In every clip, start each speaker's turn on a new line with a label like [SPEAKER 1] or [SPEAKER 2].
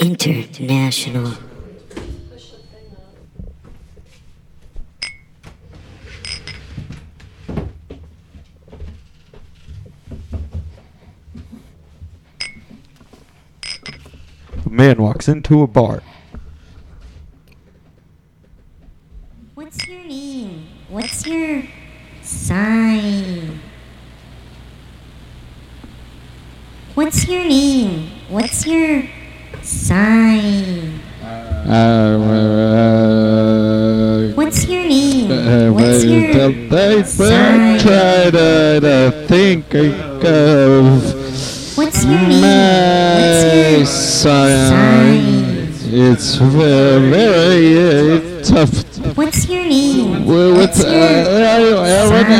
[SPEAKER 1] International.
[SPEAKER 2] A man walks into a bar.
[SPEAKER 1] What's your name? What's your sign? What's your name? What's your sign?
[SPEAKER 3] Uh,
[SPEAKER 1] What's your name?
[SPEAKER 3] Uh,
[SPEAKER 1] What's
[SPEAKER 3] well,
[SPEAKER 1] your
[SPEAKER 3] the day
[SPEAKER 1] sign?
[SPEAKER 3] back tried uh, to think of
[SPEAKER 1] What's your name?
[SPEAKER 3] my
[SPEAKER 1] What's your
[SPEAKER 3] sign.
[SPEAKER 1] sign?
[SPEAKER 3] It's ve- very uh, tough.
[SPEAKER 1] What's your name?
[SPEAKER 3] Well, what's,
[SPEAKER 1] What's
[SPEAKER 3] uh,
[SPEAKER 1] your
[SPEAKER 3] I, I,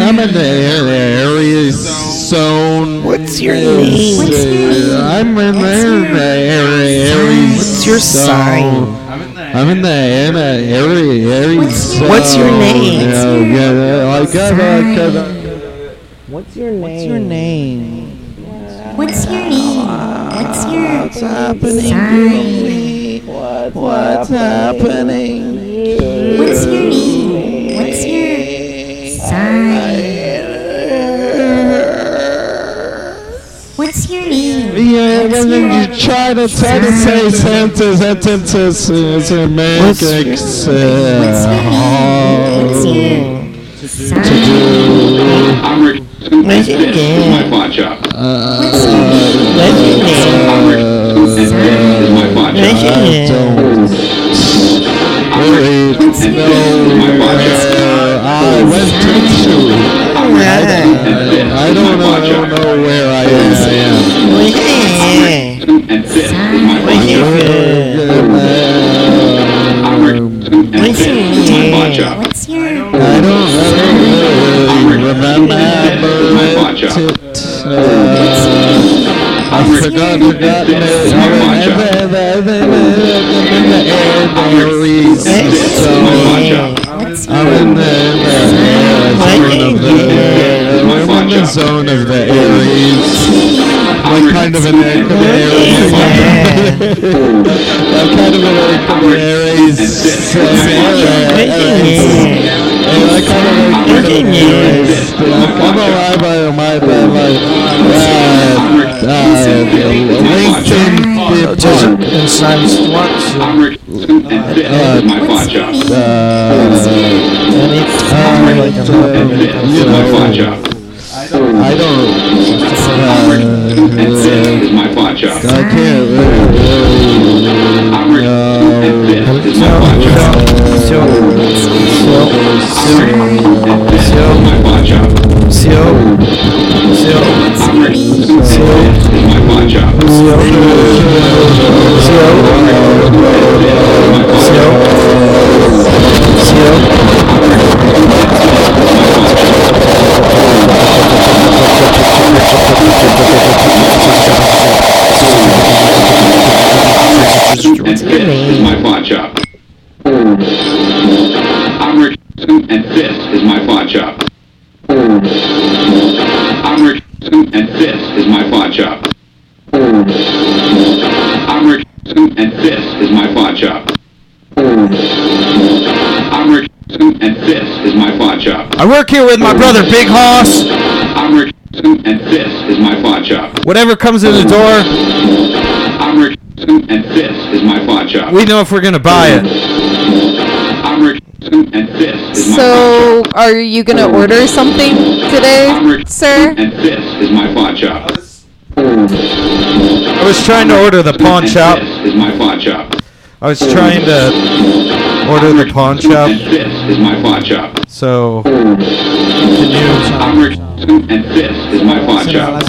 [SPEAKER 3] I'm in the area zone.
[SPEAKER 4] What's your
[SPEAKER 3] Yes,
[SPEAKER 4] name?
[SPEAKER 1] What's your name?
[SPEAKER 3] uh, I'm in the
[SPEAKER 1] What's your
[SPEAKER 3] area area
[SPEAKER 4] What's your
[SPEAKER 3] zone.
[SPEAKER 4] sign?
[SPEAKER 3] I'm in the Anna area area
[SPEAKER 1] What's your-
[SPEAKER 3] zone.
[SPEAKER 4] What's your name?
[SPEAKER 3] You know,
[SPEAKER 1] What's your
[SPEAKER 3] yeah, I got I got-
[SPEAKER 5] What's your name? What's your name?
[SPEAKER 1] What's your name? What's your What's
[SPEAKER 5] happening What's, happening?
[SPEAKER 1] What's your name? What's your sign? What's your name?
[SPEAKER 3] Yeah, and then you try to try to say sentences sentences uh, to make it
[SPEAKER 1] What's your name? What's
[SPEAKER 3] uh,
[SPEAKER 1] your sign?
[SPEAKER 6] I'm reducing this my pawn shop.
[SPEAKER 3] uh,
[SPEAKER 1] What's your name?
[SPEAKER 5] What's your name?
[SPEAKER 6] I'm reducing this my pawn
[SPEAKER 5] What's
[SPEAKER 6] shop.
[SPEAKER 5] your
[SPEAKER 3] uh, I
[SPEAKER 5] name?
[SPEAKER 3] don't really
[SPEAKER 1] What's your name?
[SPEAKER 3] know where I went to. I don't know, I don't know where I am.
[SPEAKER 5] What's your name?
[SPEAKER 6] And this is my pawn shop. I'm reducing this is my pawn shop.
[SPEAKER 1] What's your
[SPEAKER 3] I don't really remember it. Uh, I forgot, forgot it. I'm in the
[SPEAKER 6] Hey.
[SPEAKER 3] so
[SPEAKER 1] What's
[SPEAKER 3] I'm in
[SPEAKER 1] your
[SPEAKER 3] the, the, the, the, the, I'm in the zone of the Aries. Like kind of an egg of the Aries. I'm kind of an egg of the Aries. So, uh, uh, and I kind of like
[SPEAKER 5] Look at you.
[SPEAKER 3] Like, I'm alive by my by my uh, uh, LinkedIn
[SPEAKER 4] Just
[SPEAKER 3] people.
[SPEAKER 4] inside structure.
[SPEAKER 6] I'm reducing this is my pawn
[SPEAKER 1] What's your
[SPEAKER 6] shop.
[SPEAKER 1] name?
[SPEAKER 3] Uh,
[SPEAKER 5] And it's
[SPEAKER 3] I'm
[SPEAKER 5] time.
[SPEAKER 3] like, uh,
[SPEAKER 6] This
[SPEAKER 3] you
[SPEAKER 6] is my pawn
[SPEAKER 3] know,
[SPEAKER 6] shop.
[SPEAKER 3] I
[SPEAKER 6] And this
[SPEAKER 3] don't. Uh,
[SPEAKER 6] is my pawn shop.
[SPEAKER 3] I can't really.
[SPEAKER 6] I'm reducing this is my pawn shop. And this is
[SPEAKER 1] What's
[SPEAKER 6] my pawn shop.
[SPEAKER 1] your name?
[SPEAKER 6] This is my pawn shop. My pawn shop. And this is my pawn shop. I'm Rick Simpson, and this is my pawn shop. I'm Rick Simpson, and this is my pawn shop. I'm Rick Simpson, and this is my pawn shop. I'm Rick Simpson, and this is my pawn shop.
[SPEAKER 4] I work here with my brother, Big Hoss.
[SPEAKER 6] I'm Rick Simpson, and this is my pawn shop.
[SPEAKER 4] Whatever comes in the door,
[SPEAKER 6] I'm Rick Simpson, and this is my pawn shop.
[SPEAKER 4] we know if we're gonna buy it.
[SPEAKER 6] I'm Rick Simpson, and this is my pawn shop.
[SPEAKER 7] So, are you gonna order something today, sir?
[SPEAKER 6] And this is my pawn shop.
[SPEAKER 4] I was trying to order the pawn
[SPEAKER 6] And
[SPEAKER 4] shop.
[SPEAKER 6] This is my pawn shop.
[SPEAKER 4] I was trying to order the pawn shop.
[SPEAKER 6] And this is my pawn shop.
[SPEAKER 4] So
[SPEAKER 6] I'm Rick Simpson, and this is my pawn shop.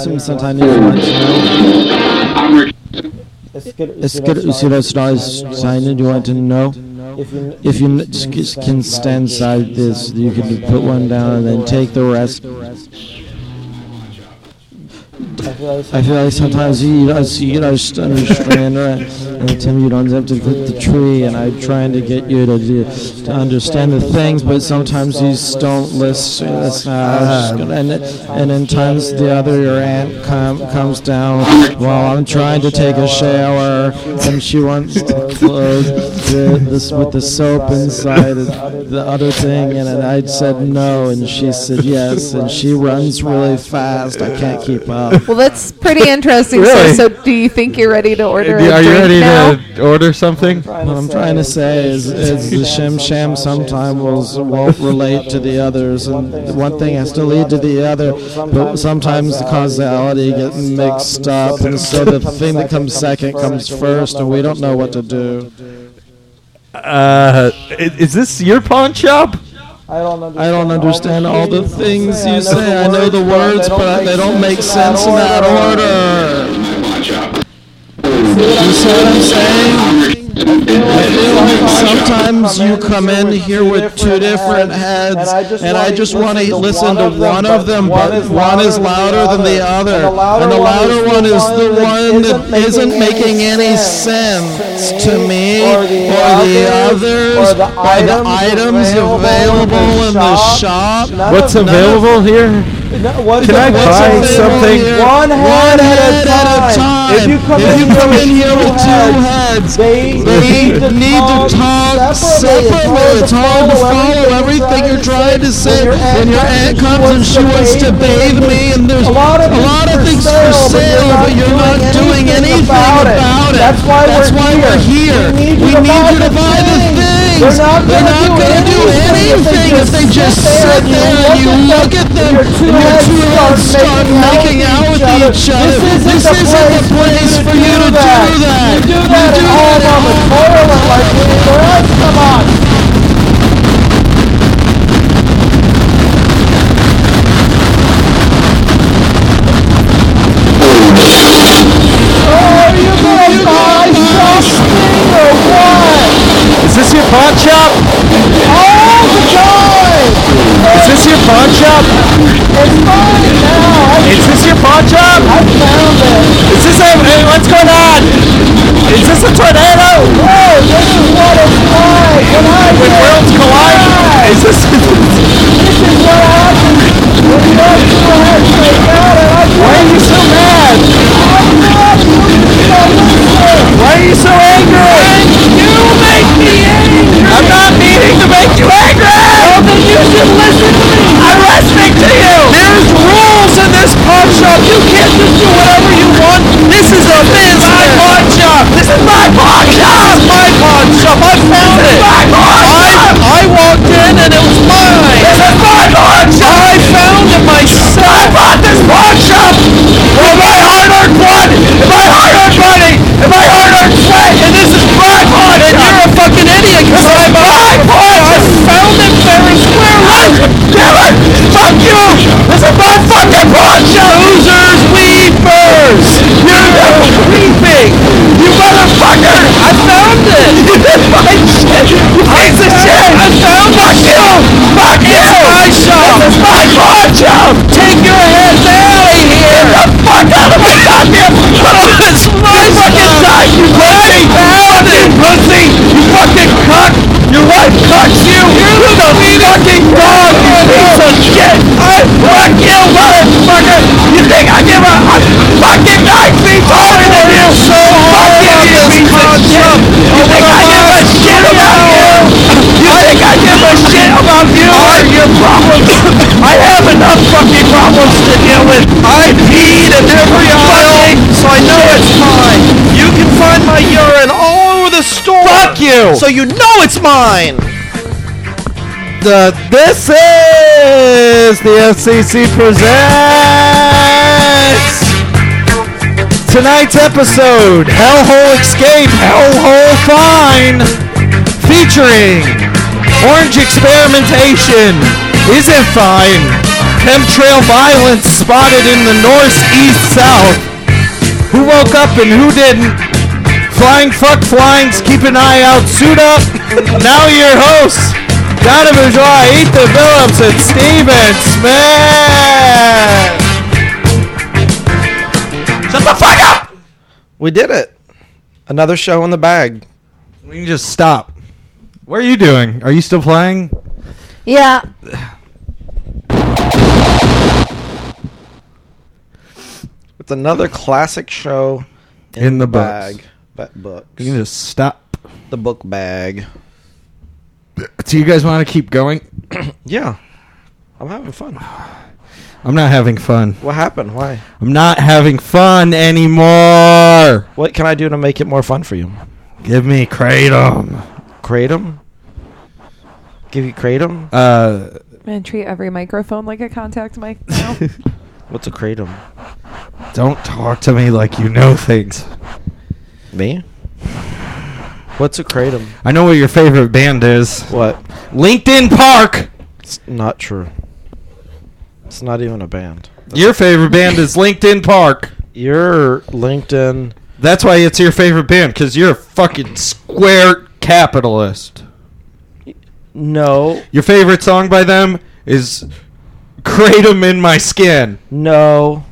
[SPEAKER 6] I'm Rick Simpson,
[SPEAKER 3] It's good to see those stars signing. You want to know? If you n- just c- can stand inside this, you can put one down and then take the rest.
[SPEAKER 4] I
[SPEAKER 5] I feel like sometimes you, you, just, you just understand right? And Tim, you don't have to click the tree, and I'm trying to get you to, do- to understand the things, but sometimes you just don't listen. That's not, I'm just gonna- and, and then times the other, your aunt com, comes down while I'm trying to take a shower, and she wants to close the, this with the soap inside and the other thing, and then I said no, and she said yes, and she runs really fast. I can't keep up.
[SPEAKER 8] Well, that's pretty interesting.
[SPEAKER 3] Um, Really?
[SPEAKER 8] so, so, do you think you're ready to order a
[SPEAKER 3] Are you
[SPEAKER 8] drink
[SPEAKER 3] ready
[SPEAKER 8] now?
[SPEAKER 3] to order something?
[SPEAKER 5] What I'm trying to say is, is the shim sham sometimes will, won't relate to the others, and the one thing has to lead to the other, but sometimes the causality gets mixed up, and so the thing that comes second comes first, and we don't know what to do.
[SPEAKER 3] Uh, i- is this your pawn shop?
[SPEAKER 4] I don't understand.
[SPEAKER 5] I don't understand all the things you say. I
[SPEAKER 4] I
[SPEAKER 5] know the words, but they don't make sense in that order.
[SPEAKER 6] My pawn shop.
[SPEAKER 5] You see what I'm saying? I feel like
[SPEAKER 6] Sometimes
[SPEAKER 5] sometimes you come in here with two different heads, and I just want to listen to one of them, but one is louder than the other, and the louder one is the one that isn't making any sense to me, or the others, or the items available in the shop.
[SPEAKER 3] What's available here?
[SPEAKER 4] No, what
[SPEAKER 3] Can I
[SPEAKER 5] What's
[SPEAKER 3] buy
[SPEAKER 5] available
[SPEAKER 3] something?
[SPEAKER 5] here?
[SPEAKER 4] One head at a time.
[SPEAKER 5] If you come
[SPEAKER 4] in here with
[SPEAKER 5] in here
[SPEAKER 4] two
[SPEAKER 5] with two heads,
[SPEAKER 4] They
[SPEAKER 5] They need to talk separately. It's hard to follow everything you're trying to say. When your aunt comes and she wants to bathe me, and there's a lot of things for sale, but you're not doing anything about it. That's why we're here. We need you to buy the things. They're not going to do anything if they just sit there and you look at them and your two heads start making out with each other. This isn't the place for you to do that. You do that at home.
[SPEAKER 3] Is this your pawn shop? Is this your pawn shop? Is this your pawn shop? I found it. Is this a, hey, what's going on? Is this a tornado? Whoa, this is what it's like when I When worlds collide? Is this... this is what happens when worlds collide. Why are you so mad? Why are you so angry? You make me angry! I'm not meaning to make you angry! Oh, then you should listen to me! I'm listening to you! There's rules in this pawn shop! You can't just do whatever you want! This is a this is my pawn shop! This is my pawn shop! This is my pawn shop! I found it! my pawn shop! I, I walked in and it was mine! This is my pawn shop! I found it myself! I bought this pawn shop! With my hard-earned blood! With my hard-earned money! With my hard-earned sweat! And this is my pawn shop! And you're a fucking idiot because I bought my pawn shop! I found it fair and square! Ah, Damn it! Fuck you! This is my fucking pawn shop! Losers, weepers! You're weeping! You motherfucker! I found it! You did my shit! You piece of shit! I found Fuck you! Fuck you! my shop! This is my pawn shop! Take your hands out of here! Get the fuck out of my goddamn pawn This is my fucking shop! You pussy! Fucking pussy! You fucking cuck! Your wife cucks you! You're the fucking dog, you piece of shit! I fuck you, motherfucker! You think I give a... I'm fucking nine feet taller than you! So fuck you, you piece of shit! You think I give a shit about you? You think I give a shit about you or your problems? I have enough fucking problems to deal with. I peed in every aisle, so I know it's mine. You can find my urine all over the store. Fuck you! So you know it's mine! The, this is the FCC presents tonight's episode: Hellhole Escape, Hellhole Fine, featuring Orange Experimentation. Is it fine? Chemtrail violence spotted in the northeast south. Who woke up and who didn't? Flying fuck flyings, keep an eye out, suit up. now your hosts, Donna Bourgeois, Ethan Phillips, and Steven Smith.
[SPEAKER 8] Shut the fuck up!
[SPEAKER 5] We did it. Another show in the bag.
[SPEAKER 4] We can just stop. What are you doing? Are you still playing?
[SPEAKER 9] Yeah.
[SPEAKER 5] It's another classic show in,
[SPEAKER 4] In the books.
[SPEAKER 5] bag. Ba- books.
[SPEAKER 4] You can just stop.
[SPEAKER 5] the book bag.
[SPEAKER 4] Do you guys want to keep going?
[SPEAKER 5] Yeah. I'm having fun.
[SPEAKER 4] I'm not having fun.
[SPEAKER 5] What happened? Why?
[SPEAKER 4] I'm not having fun anymore.
[SPEAKER 5] What can I do to make it more fun for you?
[SPEAKER 4] Give me kratom.
[SPEAKER 5] Kratom? Give you kratom?
[SPEAKER 4] Uh,
[SPEAKER 9] I'm gonna treat every microphone like a contact mic now.
[SPEAKER 5] What's a kratom?
[SPEAKER 4] don't talk to me like you know things.
[SPEAKER 5] Me? What's a kratom?
[SPEAKER 4] I know what your favorite band is.
[SPEAKER 5] What?
[SPEAKER 4] LinkedIn Park.
[SPEAKER 5] It's not true. It's not even a band.
[SPEAKER 4] Your favorite band is LinkedIn Park.
[SPEAKER 5] Your LinkedIn.
[SPEAKER 4] That's why it's your favorite band because you're a fucking square capitalist.
[SPEAKER 5] No,
[SPEAKER 4] Your favorite song by them is "Kratom in My Skin."
[SPEAKER 5] no.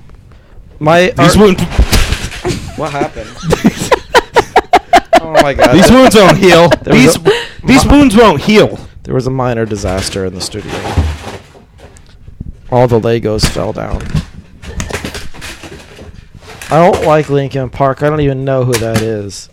[SPEAKER 5] My.
[SPEAKER 4] These
[SPEAKER 5] our-
[SPEAKER 4] wounds,
[SPEAKER 5] what happened? oh my god.
[SPEAKER 4] these wounds won't heal.
[SPEAKER 5] There was
[SPEAKER 4] These,
[SPEAKER 5] a-
[SPEAKER 4] these wounds won't heal.
[SPEAKER 5] There was a minor disaster in the studio. All the Legos fell down. I don't like Linkin Park. I don't even know who that is.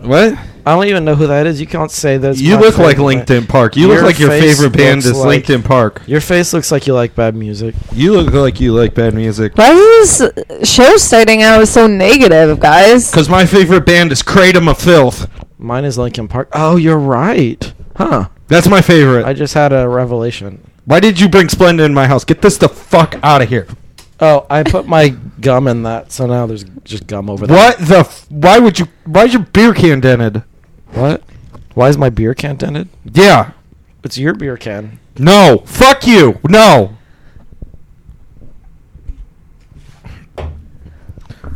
[SPEAKER 4] What?
[SPEAKER 5] I don't even know who that is. You can't say that. it's
[SPEAKER 4] you
[SPEAKER 5] my
[SPEAKER 4] look like
[SPEAKER 5] favorite.
[SPEAKER 4] LinkedIn Park. You look
[SPEAKER 5] Your
[SPEAKER 4] like your
[SPEAKER 5] face
[SPEAKER 4] favorite band
[SPEAKER 5] looks
[SPEAKER 4] is
[SPEAKER 5] like-
[SPEAKER 4] LinkedIn Park.
[SPEAKER 5] Your face looks like you like bad music.
[SPEAKER 4] You look like you like bad music.
[SPEAKER 9] Why is this show starting out so negative, guys?
[SPEAKER 4] Cause my favorite band is Kratom of Filth.
[SPEAKER 5] Mine is Linkin Park. Oh, you're right. Huh.
[SPEAKER 4] That's my favorite.
[SPEAKER 5] I just had a revelation.
[SPEAKER 4] why did you bring Splenda in my house? Get this the fuck out of here.
[SPEAKER 5] Oh, I put my gum in that, so now there's just gum over there.
[SPEAKER 4] What the? F- why would you? Why is your beer can dented?
[SPEAKER 5] What? Why is my beer can dented?
[SPEAKER 4] Yeah.
[SPEAKER 5] It's your beer can.
[SPEAKER 4] No. Fuck you. No.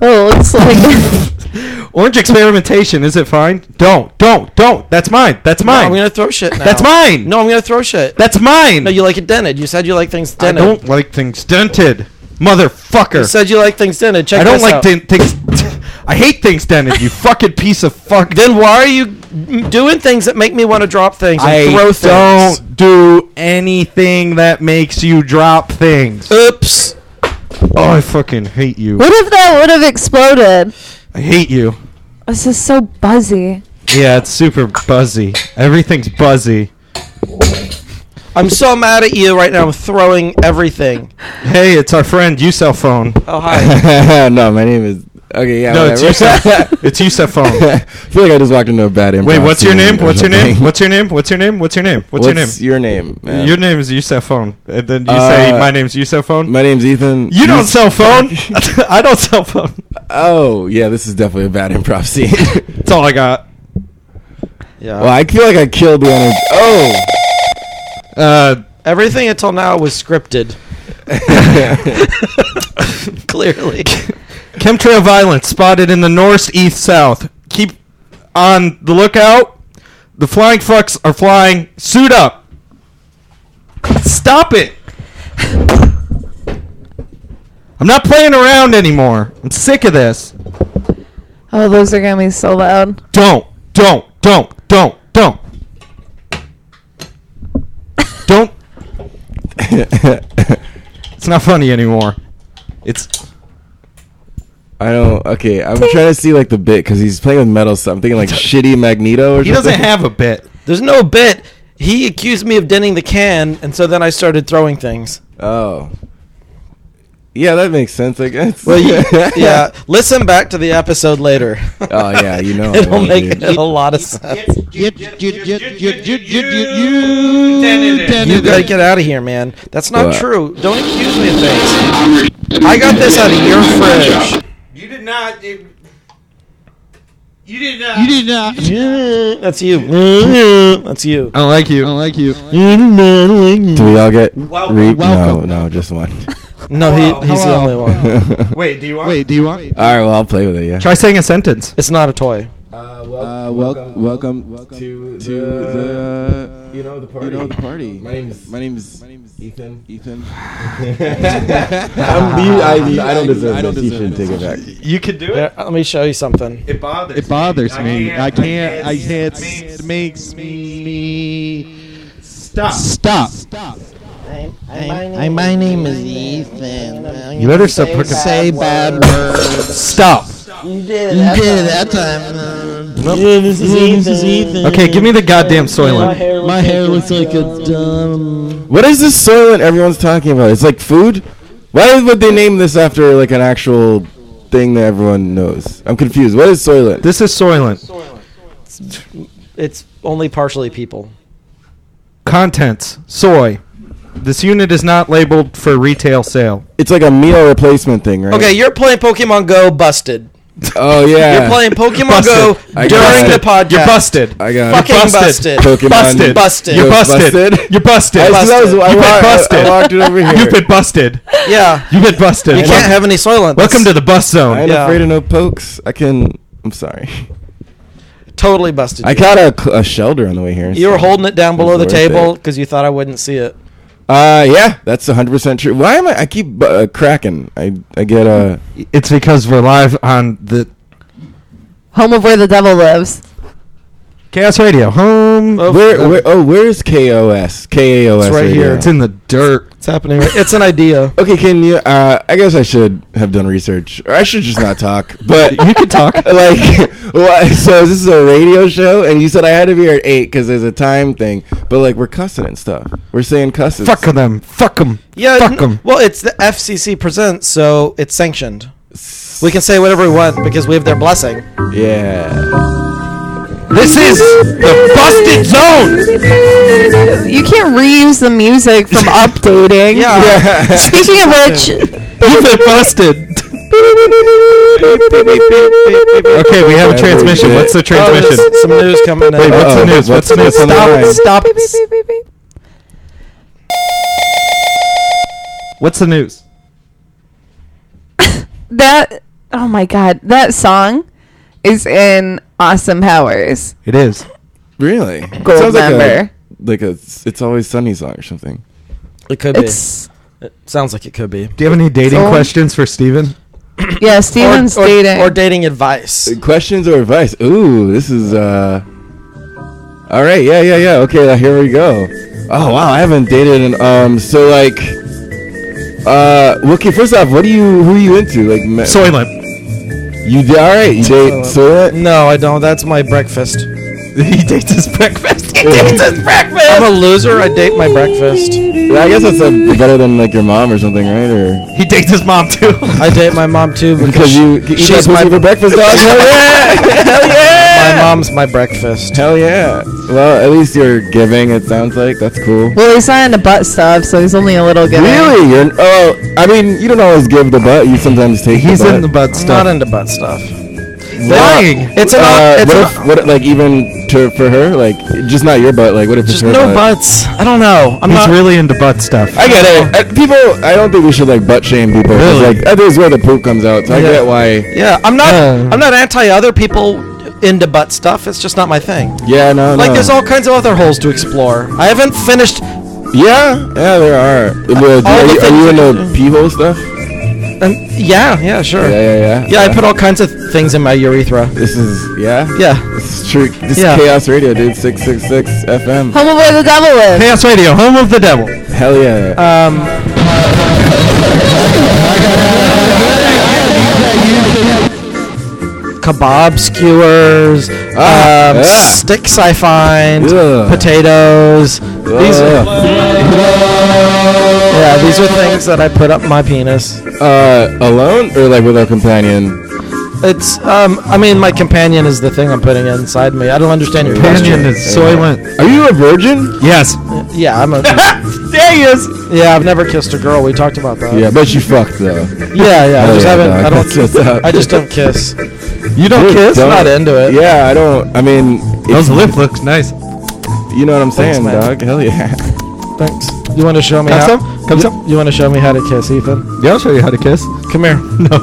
[SPEAKER 9] Oh, it's like
[SPEAKER 4] Orange experimentation. Is it fine? Don't. Don't. Don't. That's mine. That's
[SPEAKER 5] No,
[SPEAKER 4] mine.
[SPEAKER 5] I'm gonna throw shit now.
[SPEAKER 4] That's mine.
[SPEAKER 5] No, I'm gonna throw shit.
[SPEAKER 4] That's mine.
[SPEAKER 5] No, you like it dented. You said you like things
[SPEAKER 4] I
[SPEAKER 5] dented.
[SPEAKER 4] don't like things dented,
[SPEAKER 5] You
[SPEAKER 4] motherfucker.
[SPEAKER 5] said you like things dented. Check
[SPEAKER 4] I don't
[SPEAKER 5] this
[SPEAKER 4] like
[SPEAKER 5] out.
[SPEAKER 4] den- things. I hate things dented. You fucking piece of fuck.
[SPEAKER 5] Then why are you m- doing things that make me want to drop things and
[SPEAKER 4] I
[SPEAKER 5] throw things?
[SPEAKER 4] don't do anything that makes you drop things.
[SPEAKER 5] Oops.
[SPEAKER 4] Oh, I fucking hate you.
[SPEAKER 9] what if that would have exploded?
[SPEAKER 4] I hate you.
[SPEAKER 9] This is so buzzy.
[SPEAKER 4] Yeah, it's super buzzy. Everything's buzzy.
[SPEAKER 5] I'm so mad at you right now. I'm throwing everything.
[SPEAKER 4] Hey, it's our friend Yusuf phone.
[SPEAKER 5] Oh hi.
[SPEAKER 10] no, my name is. Okay, yeah.
[SPEAKER 4] No, it's Yusuf. it's Yusuf phone.
[SPEAKER 10] I feel like I just walked into a bad improv
[SPEAKER 4] Wait, what's your
[SPEAKER 10] scene
[SPEAKER 4] name?
[SPEAKER 10] or
[SPEAKER 4] What's your
[SPEAKER 10] something.
[SPEAKER 4] name? What's your name? What's your name? What's your name? What's your name?
[SPEAKER 10] What's your name? man?
[SPEAKER 4] Your name is Yusuf phone. And then you say
[SPEAKER 10] Uh,
[SPEAKER 4] my name's Yusuf phone.
[SPEAKER 10] My name's Ethan.
[SPEAKER 4] you don't sell phone. I don't sell phone.
[SPEAKER 10] Oh, yeah. This is definitely a bad improv scene.
[SPEAKER 4] That's all I got.
[SPEAKER 5] Yeah.
[SPEAKER 10] well, I feel like I killed the energy. Oh.
[SPEAKER 4] Uh,
[SPEAKER 5] Everything until now was scripted. Clearly.
[SPEAKER 4] Chemtrail violence spotted in the north, east, south. Keep on the lookout. The flying fucks are flying. Suit up. Stop it. I'm not playing around anymore. I'm sick of this.
[SPEAKER 9] Oh, those are gonna be so loud.
[SPEAKER 4] Don't, don't, don't, don't, don't. Don't.
[SPEAKER 10] Oh!
[SPEAKER 4] It's not funny anymore. It's.
[SPEAKER 10] I don't. Okay, I'm trying to see like the bit because he's playing with metal. So I'm thinking like shitty Magneto. Or
[SPEAKER 4] He doesn't have a bit.
[SPEAKER 5] There's no bit. He accused me of denting the can, and so then I started throwing things.
[SPEAKER 10] Oh. Yeah, that makes sense. I guess.
[SPEAKER 5] Well, you, yeah. Listen back to the episode later.
[SPEAKER 10] Oh yeah, you know. I
[SPEAKER 5] It'll
[SPEAKER 10] will,
[SPEAKER 5] make
[SPEAKER 10] dude.
[SPEAKER 5] a lot of sense.
[SPEAKER 11] You
[SPEAKER 5] You gotta
[SPEAKER 11] gotta
[SPEAKER 5] get out of here, man. That's not
[SPEAKER 10] What?
[SPEAKER 5] true. Don't accuse me of things. I got this out of your fridge.
[SPEAKER 4] You did not. You did not.
[SPEAKER 11] You did not. I
[SPEAKER 5] That's you. That's you.
[SPEAKER 11] Oh,
[SPEAKER 4] I don't like you.
[SPEAKER 11] don't like you.
[SPEAKER 10] Do we all get
[SPEAKER 4] Welcome.
[SPEAKER 10] reaped? No,
[SPEAKER 11] Welcome.
[SPEAKER 10] no, just one.
[SPEAKER 5] No, he, he's
[SPEAKER 11] Hello.
[SPEAKER 5] the only one.
[SPEAKER 10] all right,
[SPEAKER 4] Wait, do you want?
[SPEAKER 11] Wait, do you want?
[SPEAKER 10] well, I'll play with it. Yeah.
[SPEAKER 4] Try saying a sentence.
[SPEAKER 5] It's not a toy.
[SPEAKER 10] Uh, wel- welcome, welcome to, to the
[SPEAKER 3] you know the party.
[SPEAKER 10] You know the party.
[SPEAKER 3] My name's
[SPEAKER 10] My name's
[SPEAKER 3] Ethan.
[SPEAKER 10] Ethan.
[SPEAKER 3] I'm the, I, I don't deserve
[SPEAKER 10] I don't
[SPEAKER 3] this.
[SPEAKER 10] deserve
[SPEAKER 3] you should
[SPEAKER 10] this.
[SPEAKER 3] take it back.
[SPEAKER 4] You can do
[SPEAKER 5] There, uh,
[SPEAKER 4] it.
[SPEAKER 5] let me show you something.
[SPEAKER 4] It bothers.
[SPEAKER 11] It bothers me. I can't. I can't.
[SPEAKER 4] I
[SPEAKER 11] It makes me
[SPEAKER 4] Stop.
[SPEAKER 11] stop. Stop.
[SPEAKER 12] I'm, I'm, my name is Ethan.
[SPEAKER 4] You better stop.
[SPEAKER 12] Say bad words.
[SPEAKER 4] Stop.
[SPEAKER 12] You did it that
[SPEAKER 10] did
[SPEAKER 12] time.
[SPEAKER 10] it that time.
[SPEAKER 12] Yeah, this is Ethan. This is Ethan.
[SPEAKER 4] Okay, give me the goddamn Soylent.
[SPEAKER 12] hair
[SPEAKER 10] My hair looks like a dumb.
[SPEAKER 3] What is this soylent everyone's talking about? It's like food. Why would they name this after like an actual thing that everyone knows? I'm confused. What is soylent?
[SPEAKER 4] This is Soylent.
[SPEAKER 5] It's only partially people.
[SPEAKER 4] Contents. Soy. This unit is not labeled for retail sale.
[SPEAKER 3] It's like a meal replacement thing, right?
[SPEAKER 5] Okay, you're playing Pokemon Go busted.
[SPEAKER 3] Oh yeah.
[SPEAKER 5] You're playing Pokemon Go
[SPEAKER 4] Busted.
[SPEAKER 3] I
[SPEAKER 5] during
[SPEAKER 3] got
[SPEAKER 5] the
[SPEAKER 3] it.
[SPEAKER 5] podcast.
[SPEAKER 4] You're busted.
[SPEAKER 3] I got
[SPEAKER 5] Fucking Uh, busted.
[SPEAKER 4] busted.
[SPEAKER 3] Pokemon.
[SPEAKER 4] Busted.
[SPEAKER 5] Busted.
[SPEAKER 4] You're
[SPEAKER 3] You're
[SPEAKER 4] busted.
[SPEAKER 3] busted.
[SPEAKER 4] You're busted.
[SPEAKER 3] I,
[SPEAKER 5] Busted.
[SPEAKER 3] that was, I,
[SPEAKER 4] You've been
[SPEAKER 3] wa- I-
[SPEAKER 4] busted.
[SPEAKER 3] I walked it over here.
[SPEAKER 4] You've been busted.
[SPEAKER 5] Yeah.
[SPEAKER 4] You've been busted.
[SPEAKER 5] You can't have any Soylent.
[SPEAKER 4] Welcome to the bus
[SPEAKER 3] I
[SPEAKER 4] zone.
[SPEAKER 3] ain't
[SPEAKER 5] Yeah.
[SPEAKER 3] afraid of no pokes. I can. I'm sorry.
[SPEAKER 5] totally busted.
[SPEAKER 3] I
[SPEAKER 5] you.
[SPEAKER 3] caught a, cl- a shelter on the way here.
[SPEAKER 5] You were holding it down below
[SPEAKER 3] It
[SPEAKER 5] the
[SPEAKER 3] was worth
[SPEAKER 5] table
[SPEAKER 3] it.
[SPEAKER 5] because you thought I wouldn't see it.
[SPEAKER 3] Uh, yeah, that's 100 percent true. Why am I? I keep uh, cracking. I I get uh,
[SPEAKER 4] It's because we're live on the
[SPEAKER 9] Home of where the devil lives.
[SPEAKER 4] Chaos Radio home.
[SPEAKER 3] where, where oh where is KOS KAOS
[SPEAKER 5] uh, It's right
[SPEAKER 3] radio?
[SPEAKER 5] here.
[SPEAKER 4] It's in the dirt.
[SPEAKER 5] It's happening. Right. It's an idea.
[SPEAKER 3] Okay, can you? Uh, I guess I should have done research, or I should just not talk. But
[SPEAKER 4] You can talk.
[SPEAKER 3] like, what, so this is a radio show, and you said I had to be here at eight because there's a time thing. But like, we're cussing and stuff. We're saying cusses.
[SPEAKER 4] Fuck them. Fuck them.
[SPEAKER 5] Yeah.
[SPEAKER 4] Fuck
[SPEAKER 5] n-
[SPEAKER 4] them.
[SPEAKER 5] Well, it's the FCC presents, so it's sanctioned. We can say whatever we want because we have their blessing.
[SPEAKER 3] Yeah.
[SPEAKER 4] This is the busted zone.
[SPEAKER 9] You can't reuse the music from updating.
[SPEAKER 5] Yeah.
[SPEAKER 9] Speaking of which,
[SPEAKER 4] You've been busted. Okay, we have a
[SPEAKER 3] Every
[SPEAKER 4] transmission.
[SPEAKER 3] bit.
[SPEAKER 4] What's the transmission?
[SPEAKER 5] Oh, there's some news coming in.
[SPEAKER 4] Wait, what's
[SPEAKER 3] Uh-oh.
[SPEAKER 4] the news? What's the news?
[SPEAKER 3] What's on the line?
[SPEAKER 4] Stop. Stop.
[SPEAKER 9] beep, beep, beep.
[SPEAKER 4] What's the news?
[SPEAKER 9] that oh my god, that song is in Awesome Powers.
[SPEAKER 4] It is.
[SPEAKER 3] Really? Sounds
[SPEAKER 9] Gold member.
[SPEAKER 3] Like a, like a it's always sunny song or something.
[SPEAKER 5] It could
[SPEAKER 9] It's
[SPEAKER 5] be. It sounds like it could be.
[SPEAKER 4] Do you have any dating
[SPEAKER 9] So-
[SPEAKER 4] questions for Steven?
[SPEAKER 9] yeah, Steven's
[SPEAKER 5] or, or-
[SPEAKER 9] dating.
[SPEAKER 5] Or dating advice.
[SPEAKER 3] Questions or advice? Ooh, this is uh. All right, yeah, yeah, yeah. Okay, uh, here we go. Oh wow, I haven't dated in um. So like, uh, okay. First off, what do you who are you into? Like, me-
[SPEAKER 4] Soylent.
[SPEAKER 3] you da- all right? You date Soylent?
[SPEAKER 5] No, I don't. That's my breakfast.
[SPEAKER 4] He dates his breakfast. He dates his breakfast.
[SPEAKER 5] I'm a loser. I date my breakfast.
[SPEAKER 3] I guess that's like, better than like your mom or something, right? Or
[SPEAKER 4] He dates his mom too.
[SPEAKER 5] I date my mom too because
[SPEAKER 3] because you you eat
[SPEAKER 5] she's
[SPEAKER 3] that pussy
[SPEAKER 5] my-
[SPEAKER 3] for breakfast, dog. Hell yeah! Hell
[SPEAKER 5] my
[SPEAKER 3] yeah!
[SPEAKER 5] mom's my breakfast.
[SPEAKER 3] Hell yeah! Well, at least you're giving. It sounds like that's cool.
[SPEAKER 9] well, he's not in the butt stuff, so he's only a little good.
[SPEAKER 3] Really? You're, oh, I mean, you don't always give the butt. You sometimes take.
[SPEAKER 4] He's
[SPEAKER 3] the butt.
[SPEAKER 4] in the butt
[SPEAKER 5] I'm not
[SPEAKER 4] stuff.
[SPEAKER 5] into butt stuff.
[SPEAKER 4] Lying.
[SPEAKER 5] It's an.
[SPEAKER 3] Uh,
[SPEAKER 5] it's
[SPEAKER 3] what
[SPEAKER 5] an-
[SPEAKER 3] if, what if- like even to, for her like just not your butt like what if it's
[SPEAKER 5] just
[SPEAKER 3] her
[SPEAKER 5] no
[SPEAKER 3] butt?
[SPEAKER 5] butts. I don't know. I'm
[SPEAKER 4] He's
[SPEAKER 5] not.
[SPEAKER 4] really into butt stuff.
[SPEAKER 3] I get it. Uh, people, I don't think we should like butt shame people. 'cause,
[SPEAKER 4] Really?
[SPEAKER 3] Like that is where the poop comes out. So I
[SPEAKER 5] Yeah.
[SPEAKER 3] get why.
[SPEAKER 5] Yeah, I'm not.
[SPEAKER 4] Uh.
[SPEAKER 5] I'm not anti other people into butt stuff. It's just not my thing.
[SPEAKER 3] Yeah, no,
[SPEAKER 5] Like
[SPEAKER 3] no.
[SPEAKER 5] there's all kinds of other holes to explore. I haven't finished.
[SPEAKER 3] Yeah, yeah, there are. Well, do-
[SPEAKER 5] all
[SPEAKER 3] are, you, are
[SPEAKER 5] the
[SPEAKER 3] you
[SPEAKER 5] things that-
[SPEAKER 3] into pee hole stuff?
[SPEAKER 5] Um, yeah, yeah, sure.
[SPEAKER 3] Yeah,
[SPEAKER 5] Yeah,
[SPEAKER 3] yeah, yeah.
[SPEAKER 5] I put all kinds of things in my urethra.
[SPEAKER 3] This is yeah.
[SPEAKER 5] Yeah.
[SPEAKER 3] This is true. This
[SPEAKER 5] Yeah.
[SPEAKER 3] is Chaos Radio, dude. Six six six FM.
[SPEAKER 9] Home of where the devil lives.
[SPEAKER 4] Chaos Radio, home of the devil.
[SPEAKER 3] Hell yeah.
[SPEAKER 5] Um, kebab skewers, um,
[SPEAKER 3] Ah.
[SPEAKER 5] sticks I find,
[SPEAKER 3] Ugh.
[SPEAKER 5] potatoes. These are,
[SPEAKER 3] Ugh.
[SPEAKER 5] yeah, these are things that I put up my penis.
[SPEAKER 3] uh, alone or like with a companion?
[SPEAKER 5] It's um, I mean, my companion is the thing I'm putting inside me. I don't understand your
[SPEAKER 4] Opinion
[SPEAKER 5] question.
[SPEAKER 4] is Soylent.
[SPEAKER 3] Are you a virgin?
[SPEAKER 4] Yes.
[SPEAKER 5] Yeah, I'm a. there he is. Yeah, I've never kissed a girl. We talked about that.
[SPEAKER 3] Yeah, but you fucked though.
[SPEAKER 5] yeah, yeah. I
[SPEAKER 3] Hell
[SPEAKER 5] just
[SPEAKER 3] yeah,
[SPEAKER 5] haven't.
[SPEAKER 3] dog.
[SPEAKER 5] I don't.
[SPEAKER 3] That's what's up.
[SPEAKER 5] I just don't kiss.
[SPEAKER 3] You don't
[SPEAKER 5] kiss? I'm not into it.
[SPEAKER 3] Yeah, I don't. I mean,
[SPEAKER 4] Those
[SPEAKER 3] if-
[SPEAKER 4] lip looks nice.
[SPEAKER 3] You know what I'm saying,
[SPEAKER 5] man.
[SPEAKER 3] dog? Hell yeah.
[SPEAKER 5] Thanks. You want to show me
[SPEAKER 4] Come
[SPEAKER 5] how?
[SPEAKER 4] some? Come
[SPEAKER 5] you,
[SPEAKER 4] some?
[SPEAKER 5] You want to show me how to kiss, Ethan?
[SPEAKER 4] Yeah, I'll show you how to kiss.
[SPEAKER 5] Come here.
[SPEAKER 4] No.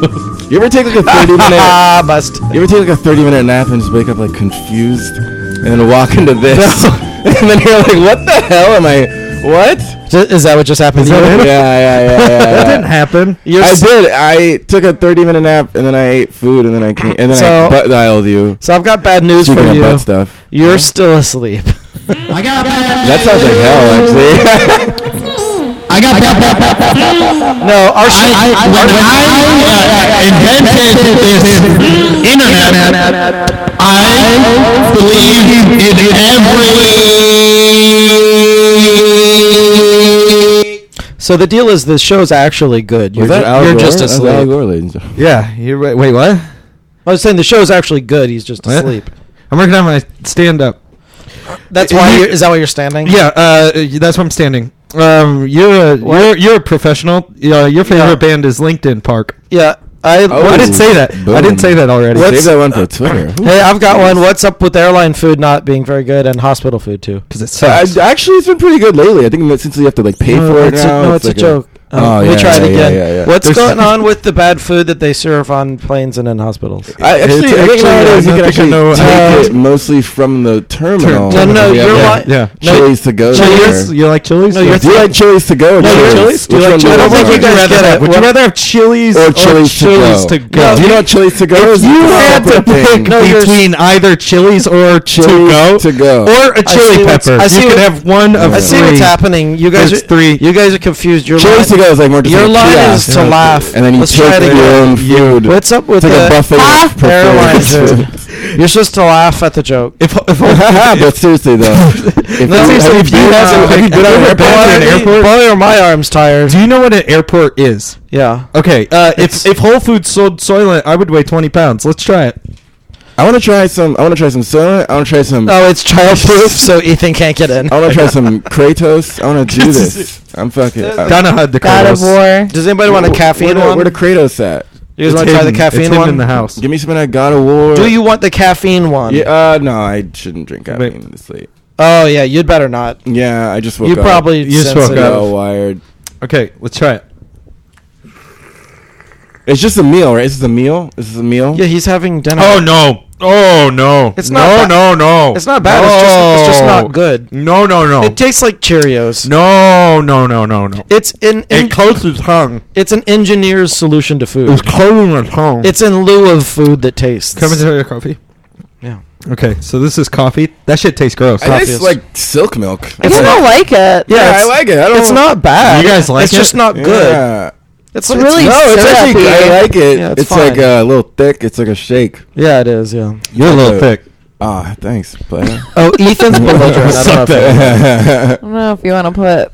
[SPEAKER 3] You ever take like a 30 minute?
[SPEAKER 5] Ah, bust.
[SPEAKER 3] You ever take like a 30 minute nap and just wake up like confused? and then walk into this, and then you're like, what the hell am I? What?
[SPEAKER 5] Ju- Is that what just happened? to
[SPEAKER 3] yeah,
[SPEAKER 5] you?
[SPEAKER 3] yeah, yeah, yeah.
[SPEAKER 4] That
[SPEAKER 3] yeah.
[SPEAKER 4] didn't happen.
[SPEAKER 5] Uh, You're
[SPEAKER 3] I
[SPEAKER 5] s-
[SPEAKER 3] did. I took a 30 minute nap and then I ate food and then I came and then
[SPEAKER 5] So-
[SPEAKER 3] I butt dialed you.
[SPEAKER 5] So I've got bad news for
[SPEAKER 3] Speaking of
[SPEAKER 5] you.
[SPEAKER 3] butt stuff,
[SPEAKER 5] You're still asleep.
[SPEAKER 8] I got bad.
[SPEAKER 3] that sounds like hell actually.
[SPEAKER 8] I got bad.
[SPEAKER 5] No, our
[SPEAKER 8] I,
[SPEAKER 5] sh-
[SPEAKER 8] I, when I uh, invented this internet, I believed in every.
[SPEAKER 5] so the deal is the show's actually good. You're,
[SPEAKER 3] Was that Al
[SPEAKER 5] you're
[SPEAKER 3] Gore?
[SPEAKER 5] just
[SPEAKER 3] That's Al
[SPEAKER 5] asleep.
[SPEAKER 3] Gore, ladies.
[SPEAKER 4] Yeah, you wait, wait, what?
[SPEAKER 5] I was saying the show's actually good. He's just
[SPEAKER 4] What?
[SPEAKER 5] asleep.
[SPEAKER 4] I'm working on my stand up.
[SPEAKER 5] That's
[SPEAKER 4] Is
[SPEAKER 5] why.
[SPEAKER 4] he-
[SPEAKER 5] You're, is that why you're standing?
[SPEAKER 4] Yeah, uh, that's why I'm standing. Um, you're a you're, you're a professional. Yeah, your favorite
[SPEAKER 5] Yeah.
[SPEAKER 4] band is LinkedIn Park.
[SPEAKER 5] Yeah. I.
[SPEAKER 3] Oh,
[SPEAKER 4] I didn't say that. I
[SPEAKER 3] boom.
[SPEAKER 4] didn't say that already.
[SPEAKER 5] What's-
[SPEAKER 3] Save that one for Twitter.
[SPEAKER 5] Hey, I've got one. What's up with airline food not being very good and hospital food too?
[SPEAKER 4] Because it
[SPEAKER 3] I,
[SPEAKER 4] sucks.
[SPEAKER 3] actually, it's been pretty good lately. I think that since you have to like pay
[SPEAKER 5] No,
[SPEAKER 3] for it
[SPEAKER 5] it's a-
[SPEAKER 3] now,
[SPEAKER 5] no, it's a
[SPEAKER 3] like
[SPEAKER 5] joke. Um,
[SPEAKER 3] oh,
[SPEAKER 5] let me
[SPEAKER 3] yeah,
[SPEAKER 5] try
[SPEAKER 3] yeah,
[SPEAKER 5] it again.
[SPEAKER 3] Yeah, yeah, yeah.
[SPEAKER 5] What's
[SPEAKER 3] There's-
[SPEAKER 5] going on with the bad food that they serve on planes and in hospitals?
[SPEAKER 3] I
[SPEAKER 4] It's
[SPEAKER 3] actually, I think
[SPEAKER 4] actually-
[SPEAKER 3] nowadays
[SPEAKER 4] I
[SPEAKER 3] you
[SPEAKER 4] don't
[SPEAKER 3] can
[SPEAKER 4] think I
[SPEAKER 3] actually
[SPEAKER 4] know how
[SPEAKER 3] take
[SPEAKER 4] to-
[SPEAKER 3] it mostly from the terminal.
[SPEAKER 4] No,
[SPEAKER 5] no,
[SPEAKER 3] We have,
[SPEAKER 5] you're
[SPEAKER 3] like,
[SPEAKER 5] li-
[SPEAKER 4] yeah.
[SPEAKER 5] No,
[SPEAKER 3] Chili's to go.
[SPEAKER 5] no, you're-
[SPEAKER 3] there.
[SPEAKER 4] you like chilies?
[SPEAKER 5] No,
[SPEAKER 4] Or
[SPEAKER 5] you're
[SPEAKER 3] Do you like Chili's to go? Or
[SPEAKER 5] No, you're
[SPEAKER 3] Chili's?
[SPEAKER 5] Chili's? Do you
[SPEAKER 3] Which
[SPEAKER 5] like
[SPEAKER 3] one you
[SPEAKER 5] Chili's? I don't think
[SPEAKER 3] like
[SPEAKER 5] you guys
[SPEAKER 3] more?
[SPEAKER 5] get it.
[SPEAKER 4] Would you
[SPEAKER 5] What-
[SPEAKER 4] rather have chilies
[SPEAKER 3] or Chili's,
[SPEAKER 4] Chili's
[SPEAKER 3] to
[SPEAKER 4] to
[SPEAKER 3] go.
[SPEAKER 4] go?
[SPEAKER 3] Do you know what Chili's to go
[SPEAKER 4] if
[SPEAKER 3] is?
[SPEAKER 4] you
[SPEAKER 3] It's a
[SPEAKER 4] had to
[SPEAKER 3] separate
[SPEAKER 4] pick
[SPEAKER 3] thing.
[SPEAKER 4] between either chilies or
[SPEAKER 3] Chili's
[SPEAKER 4] to
[SPEAKER 3] to
[SPEAKER 4] go,
[SPEAKER 3] go.
[SPEAKER 4] or a
[SPEAKER 5] see
[SPEAKER 4] chili
[SPEAKER 5] what's-
[SPEAKER 4] pepper,
[SPEAKER 5] I see
[SPEAKER 4] you could
[SPEAKER 5] what-
[SPEAKER 4] have one of
[SPEAKER 3] I
[SPEAKER 5] I
[SPEAKER 4] three.
[SPEAKER 5] see what's happening. You guys are
[SPEAKER 4] There's three.
[SPEAKER 5] You guys are confused. Your
[SPEAKER 3] Chili's to
[SPEAKER 5] line,
[SPEAKER 3] go is like more just
[SPEAKER 5] your
[SPEAKER 3] like a
[SPEAKER 5] line is
[SPEAKER 3] kiosk.
[SPEAKER 5] to laugh.
[SPEAKER 3] and then you
[SPEAKER 5] Let's try
[SPEAKER 3] take
[SPEAKER 5] it
[SPEAKER 3] your
[SPEAKER 5] again.
[SPEAKER 3] own food.
[SPEAKER 5] What's up with
[SPEAKER 3] It's like a
[SPEAKER 5] the
[SPEAKER 3] buffet of
[SPEAKER 5] airline
[SPEAKER 3] preferred
[SPEAKER 5] food? You're supposed to laugh at the joke.
[SPEAKER 4] If, if,
[SPEAKER 3] but seriously though, if
[SPEAKER 4] No, seriously, if
[SPEAKER 3] have
[SPEAKER 4] you have
[SPEAKER 3] been-
[SPEAKER 4] to-
[SPEAKER 3] have you been on an
[SPEAKER 4] Have you
[SPEAKER 3] airplane?
[SPEAKER 4] been to an airport?
[SPEAKER 5] Boy, are my arms tired.
[SPEAKER 4] do you know what an airport is?
[SPEAKER 5] Yeah.
[SPEAKER 4] Okay, uh, if if Whole Foods sold Soylent, I would weigh twenty pounds. Let's try it.
[SPEAKER 3] I want to try some. I want to try some soda. I want to try some.
[SPEAKER 5] No, Oh, it's childproof, so Ethan can't get in.
[SPEAKER 3] I want to try some Kratos. I want to do this. I'm fucking.
[SPEAKER 5] Uh,
[SPEAKER 3] I-
[SPEAKER 4] Donahue the
[SPEAKER 9] God of War.
[SPEAKER 5] Does anybody want a
[SPEAKER 3] Where-
[SPEAKER 5] caffeine
[SPEAKER 3] where, the-
[SPEAKER 5] one?
[SPEAKER 3] Where the Kratos at?
[SPEAKER 5] you guys want to try the caffeine
[SPEAKER 4] it's him
[SPEAKER 5] one?
[SPEAKER 4] in the house.
[SPEAKER 3] Give me some of that God of War.
[SPEAKER 5] Do you want the caffeine one?
[SPEAKER 3] Yeah. Uh, no, I shouldn't drink
[SPEAKER 4] Wait.
[SPEAKER 3] caffeine this late.
[SPEAKER 5] Oh yeah, you'd better not.
[SPEAKER 3] Yeah, I just woke
[SPEAKER 5] You
[SPEAKER 3] up.
[SPEAKER 5] probably
[SPEAKER 4] You just woke
[SPEAKER 3] got
[SPEAKER 5] sensitive.
[SPEAKER 3] all wired.
[SPEAKER 4] Okay, let's try it.
[SPEAKER 3] It's just a meal, right? This is a meal. This is a meal.
[SPEAKER 5] Yeah, he's having dinner.
[SPEAKER 4] Oh no! Oh no!
[SPEAKER 5] It's
[SPEAKER 4] no,
[SPEAKER 5] not
[SPEAKER 4] no, no!
[SPEAKER 5] It's not bad, it's just- it's just not
[SPEAKER 4] No.
[SPEAKER 5] good.
[SPEAKER 4] No, no, no!
[SPEAKER 5] It tastes like Cheerios.
[SPEAKER 4] no, no, no, no, no!
[SPEAKER 5] It's in, in
[SPEAKER 4] It coats his tongue.
[SPEAKER 5] it's an engineer's solution to food.
[SPEAKER 4] It's coating his tongue.
[SPEAKER 5] It's in lieu of food that tastes.
[SPEAKER 4] coming to Oh, your coffee.
[SPEAKER 5] Yeah.
[SPEAKER 4] Okay, so this is coffee. That shit tastes gross.
[SPEAKER 3] I
[SPEAKER 5] obvious.
[SPEAKER 3] taste like silk milk.
[SPEAKER 9] I
[SPEAKER 5] It's
[SPEAKER 9] kind
[SPEAKER 5] not-
[SPEAKER 9] of like it.
[SPEAKER 5] Yeah,
[SPEAKER 3] yeah, I
[SPEAKER 5] it's-
[SPEAKER 3] like it. I don't.
[SPEAKER 5] It's not bad.
[SPEAKER 4] You guys like
[SPEAKER 5] It's
[SPEAKER 4] it?
[SPEAKER 5] just not good.
[SPEAKER 3] Yeah.
[SPEAKER 5] It's
[SPEAKER 9] It's really
[SPEAKER 3] No, it's
[SPEAKER 9] Syrupy.
[SPEAKER 3] actually. good. I like it.
[SPEAKER 5] Yeah,
[SPEAKER 3] it's
[SPEAKER 5] it's
[SPEAKER 3] like
[SPEAKER 5] fine.
[SPEAKER 3] uh, a little thick. It's like a shake.
[SPEAKER 5] Yeah, it is. Yeah.
[SPEAKER 4] You're a little thick.
[SPEAKER 3] Ah, thanks, player.
[SPEAKER 5] Oh, Ethan's belligerent. I don't
[SPEAKER 4] Suck
[SPEAKER 5] know if
[SPEAKER 4] that.
[SPEAKER 9] I don't know if you want to put.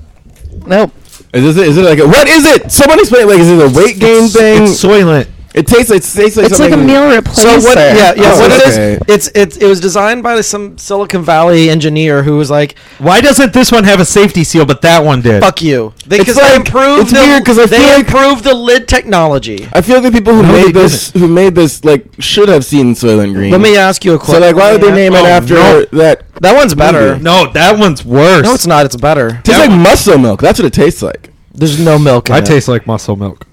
[SPEAKER 9] Nope.
[SPEAKER 3] is this? Is it like a what is it? Someone explain. Like, is it a weight gain thing?
[SPEAKER 4] It's Soylent.
[SPEAKER 3] it tastes like tastes like
[SPEAKER 9] It's like
[SPEAKER 3] something
[SPEAKER 9] a meal
[SPEAKER 5] So
[SPEAKER 9] replacer.
[SPEAKER 5] what? Yeah, yeah.
[SPEAKER 3] Oh,
[SPEAKER 5] what
[SPEAKER 3] okay.
[SPEAKER 5] it is? It's it's it was designed by some Silicon Valley engineer who was like,
[SPEAKER 4] Why doesn't this one have a safety seal, but that one did?
[SPEAKER 5] "Fuck you,"
[SPEAKER 3] It's
[SPEAKER 5] because
[SPEAKER 3] like-
[SPEAKER 5] they improved.
[SPEAKER 3] it's
[SPEAKER 5] the,
[SPEAKER 3] weird 'cause I
[SPEAKER 5] they
[SPEAKER 3] feel like-
[SPEAKER 5] improved the lid technology.
[SPEAKER 3] I feel like the people who
[SPEAKER 4] No, they
[SPEAKER 3] made this, who made this, like should have seen Soylent Green.
[SPEAKER 5] Let me ask you a
[SPEAKER 3] So
[SPEAKER 5] question.
[SPEAKER 3] like, why would they name it
[SPEAKER 4] Oh,
[SPEAKER 3] after
[SPEAKER 4] no.
[SPEAKER 3] that?
[SPEAKER 5] That one's better.
[SPEAKER 3] Movie.
[SPEAKER 4] No, that one's worse.
[SPEAKER 5] No, it's not. It's better.
[SPEAKER 3] Tastes like muscle milk. That's what it tastes like.
[SPEAKER 5] There's no milk. In
[SPEAKER 4] I
[SPEAKER 5] it.
[SPEAKER 4] taste like muscle milk.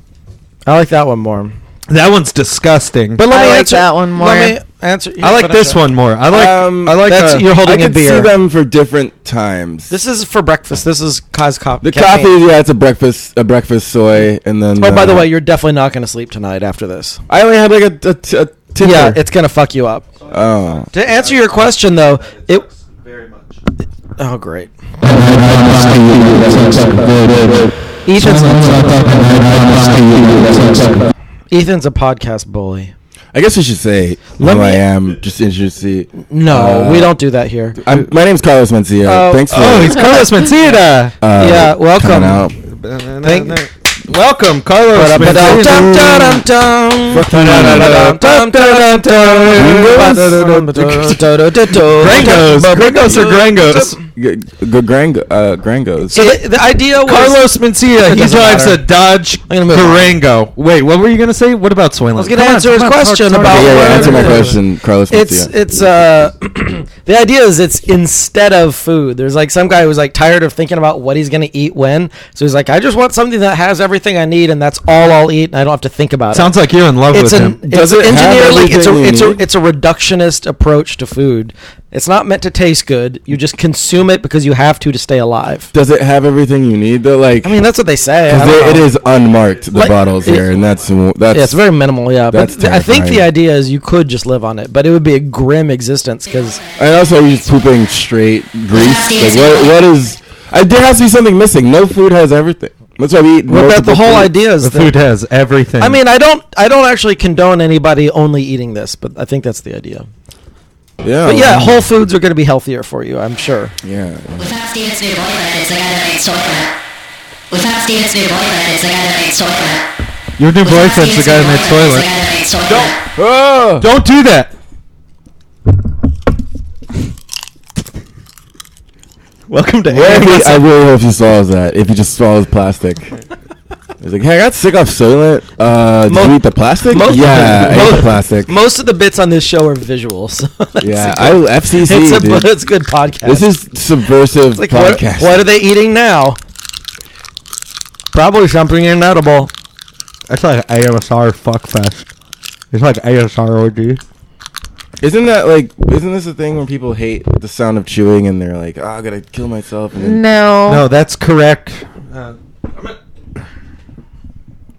[SPEAKER 5] I like that one more.
[SPEAKER 4] That one's disgusting.
[SPEAKER 5] But let
[SPEAKER 9] I
[SPEAKER 5] me
[SPEAKER 9] like
[SPEAKER 5] answer
[SPEAKER 9] that one more.
[SPEAKER 5] Let me answer.
[SPEAKER 4] I like this one more. I like. I like.
[SPEAKER 5] Um, that's-
[SPEAKER 4] uh,
[SPEAKER 5] you're holding
[SPEAKER 3] Um, I
[SPEAKER 5] a
[SPEAKER 3] could see
[SPEAKER 5] beer.
[SPEAKER 3] them for different times.
[SPEAKER 5] This is for breakfast. This is cause cop.
[SPEAKER 3] the coffee, yeah, it's a breakfast, a breakfast soy, and then.
[SPEAKER 5] Oh, by the
[SPEAKER 3] uh,
[SPEAKER 5] way, you're definitely not going to sleep tonight after this.
[SPEAKER 3] I only had like a, a, t- a tipper.
[SPEAKER 5] Yeah, it's going to fuck you up.
[SPEAKER 3] oh.
[SPEAKER 5] To answer your question, though, it. Oh, great. Ethan's, Ethan's a podcast bully.
[SPEAKER 3] I guess we should say
[SPEAKER 5] Let
[SPEAKER 3] who
[SPEAKER 5] me-
[SPEAKER 3] I am. Just introduce.
[SPEAKER 5] No,
[SPEAKER 3] Uh,
[SPEAKER 5] we don't do that here.
[SPEAKER 3] I'm, my name's Carlos Mencia.
[SPEAKER 5] Oh.
[SPEAKER 3] Thanks for
[SPEAKER 4] oh, he's Carlos Mencia.
[SPEAKER 3] uh,
[SPEAKER 5] yeah, welcome.
[SPEAKER 3] coming out.
[SPEAKER 5] Thank-
[SPEAKER 4] Welcome, Carlos
[SPEAKER 5] uh,
[SPEAKER 4] Mencia.
[SPEAKER 5] Gringos.
[SPEAKER 4] Grangos, Gringos or Grangos?
[SPEAKER 3] G- g- Grango, uh, Grangos.
[SPEAKER 5] So the, the idea was
[SPEAKER 4] Carlos Mencia,
[SPEAKER 5] It
[SPEAKER 4] he
[SPEAKER 5] doesn't
[SPEAKER 4] drives
[SPEAKER 5] matter.
[SPEAKER 4] a Dodge
[SPEAKER 5] I'm gonna move on.
[SPEAKER 4] Durango. Wait, what were you gonna say? What about Soylent? I
[SPEAKER 5] was gonna answer his question about
[SPEAKER 3] Okay, yeah, yeah, answer my
[SPEAKER 5] where-
[SPEAKER 3] question, Carlos.
[SPEAKER 5] It's
[SPEAKER 3] Mencia.
[SPEAKER 5] it's uh the idea is it's instead of food. There's like some guy who's like tired of thinking about what he's gonna eat when. So he's like, I just want something that has everything I need and that's all I'll eat and I don't have to think about it.
[SPEAKER 4] Sounds like you're in love
[SPEAKER 5] it's
[SPEAKER 4] with
[SPEAKER 5] an
[SPEAKER 4] him.
[SPEAKER 5] it's
[SPEAKER 3] Does it have
[SPEAKER 5] engineering it's a
[SPEAKER 3] everything you
[SPEAKER 5] it's a
[SPEAKER 3] need?
[SPEAKER 5] it's a reductionist approach to food. It's not meant to taste good. You just consume it because you have to to stay alive.
[SPEAKER 3] Does it have everything you need though? Like,
[SPEAKER 5] I mean, that's what they say. I
[SPEAKER 3] 'cause
[SPEAKER 5] don't
[SPEAKER 3] they-
[SPEAKER 5] know.
[SPEAKER 3] it is unmarked the
[SPEAKER 5] Like-
[SPEAKER 3] bottles here, and that's that's
[SPEAKER 5] Yeah, it's very minimal. Yeah, but
[SPEAKER 3] That's
[SPEAKER 5] th- I think the
[SPEAKER 3] terrifying.
[SPEAKER 5] idea is you could just live on it, but it would be a grim existence because
[SPEAKER 3] And also, you're just pooping straight grease. Like, what, what is? I, there has to be something missing. No food has everything. That's why we eat.
[SPEAKER 5] what about the whole idea is
[SPEAKER 4] The
[SPEAKER 5] that
[SPEAKER 4] food has everything.
[SPEAKER 5] I mean, I don't, I don't actually condone anybody only eating this, but I think that's the idea.
[SPEAKER 3] Yeah.
[SPEAKER 5] But yeah,
[SPEAKER 3] wow.
[SPEAKER 5] whole foods are going to be healthier for you, I'm sure.
[SPEAKER 3] Yeah.
[SPEAKER 13] Without Steven's new boyfriend, it's the guy that made Soylent. Without Steven's new boyfriend, it's the guy that made Soylent.
[SPEAKER 4] your new
[SPEAKER 13] Without
[SPEAKER 4] boyfriend's the
[SPEAKER 13] Steven's
[SPEAKER 4] guy
[SPEAKER 13] new
[SPEAKER 4] that made
[SPEAKER 13] boyfriend, it's the
[SPEAKER 4] Soylent.
[SPEAKER 13] guy that made Soylent.
[SPEAKER 5] Ah!
[SPEAKER 3] Oh.
[SPEAKER 4] Don't do that. Welcome to
[SPEAKER 3] Well,
[SPEAKER 4] Air.
[SPEAKER 3] if he- I really hope he swallows that. If he just swallows plastic. He's like, hey, I got sick off Soylent. Uh, did
[SPEAKER 5] Mo-
[SPEAKER 3] you eat the plastic?
[SPEAKER 5] most-
[SPEAKER 3] yeah, I ate
[SPEAKER 5] most-
[SPEAKER 3] the plastic.
[SPEAKER 5] Most of the bits on this show are visuals. so that's
[SPEAKER 3] yeah,
[SPEAKER 5] a
[SPEAKER 3] I
[SPEAKER 5] good-
[SPEAKER 3] FCC.
[SPEAKER 5] it's a
[SPEAKER 3] dude.
[SPEAKER 5] it's good podcast.
[SPEAKER 3] This is subversive
[SPEAKER 5] like what,
[SPEAKER 3] podcast.
[SPEAKER 5] what are they eating now? Probably something inedible.
[SPEAKER 4] It's like ASR fuckfest. It's like ASR OD.
[SPEAKER 3] Isn't that like? Isn't this a thing when people hate the sound of chewing and they're like, oh, I gotta kill myself? And then
[SPEAKER 9] No.
[SPEAKER 5] Oh.
[SPEAKER 4] No, that's correct.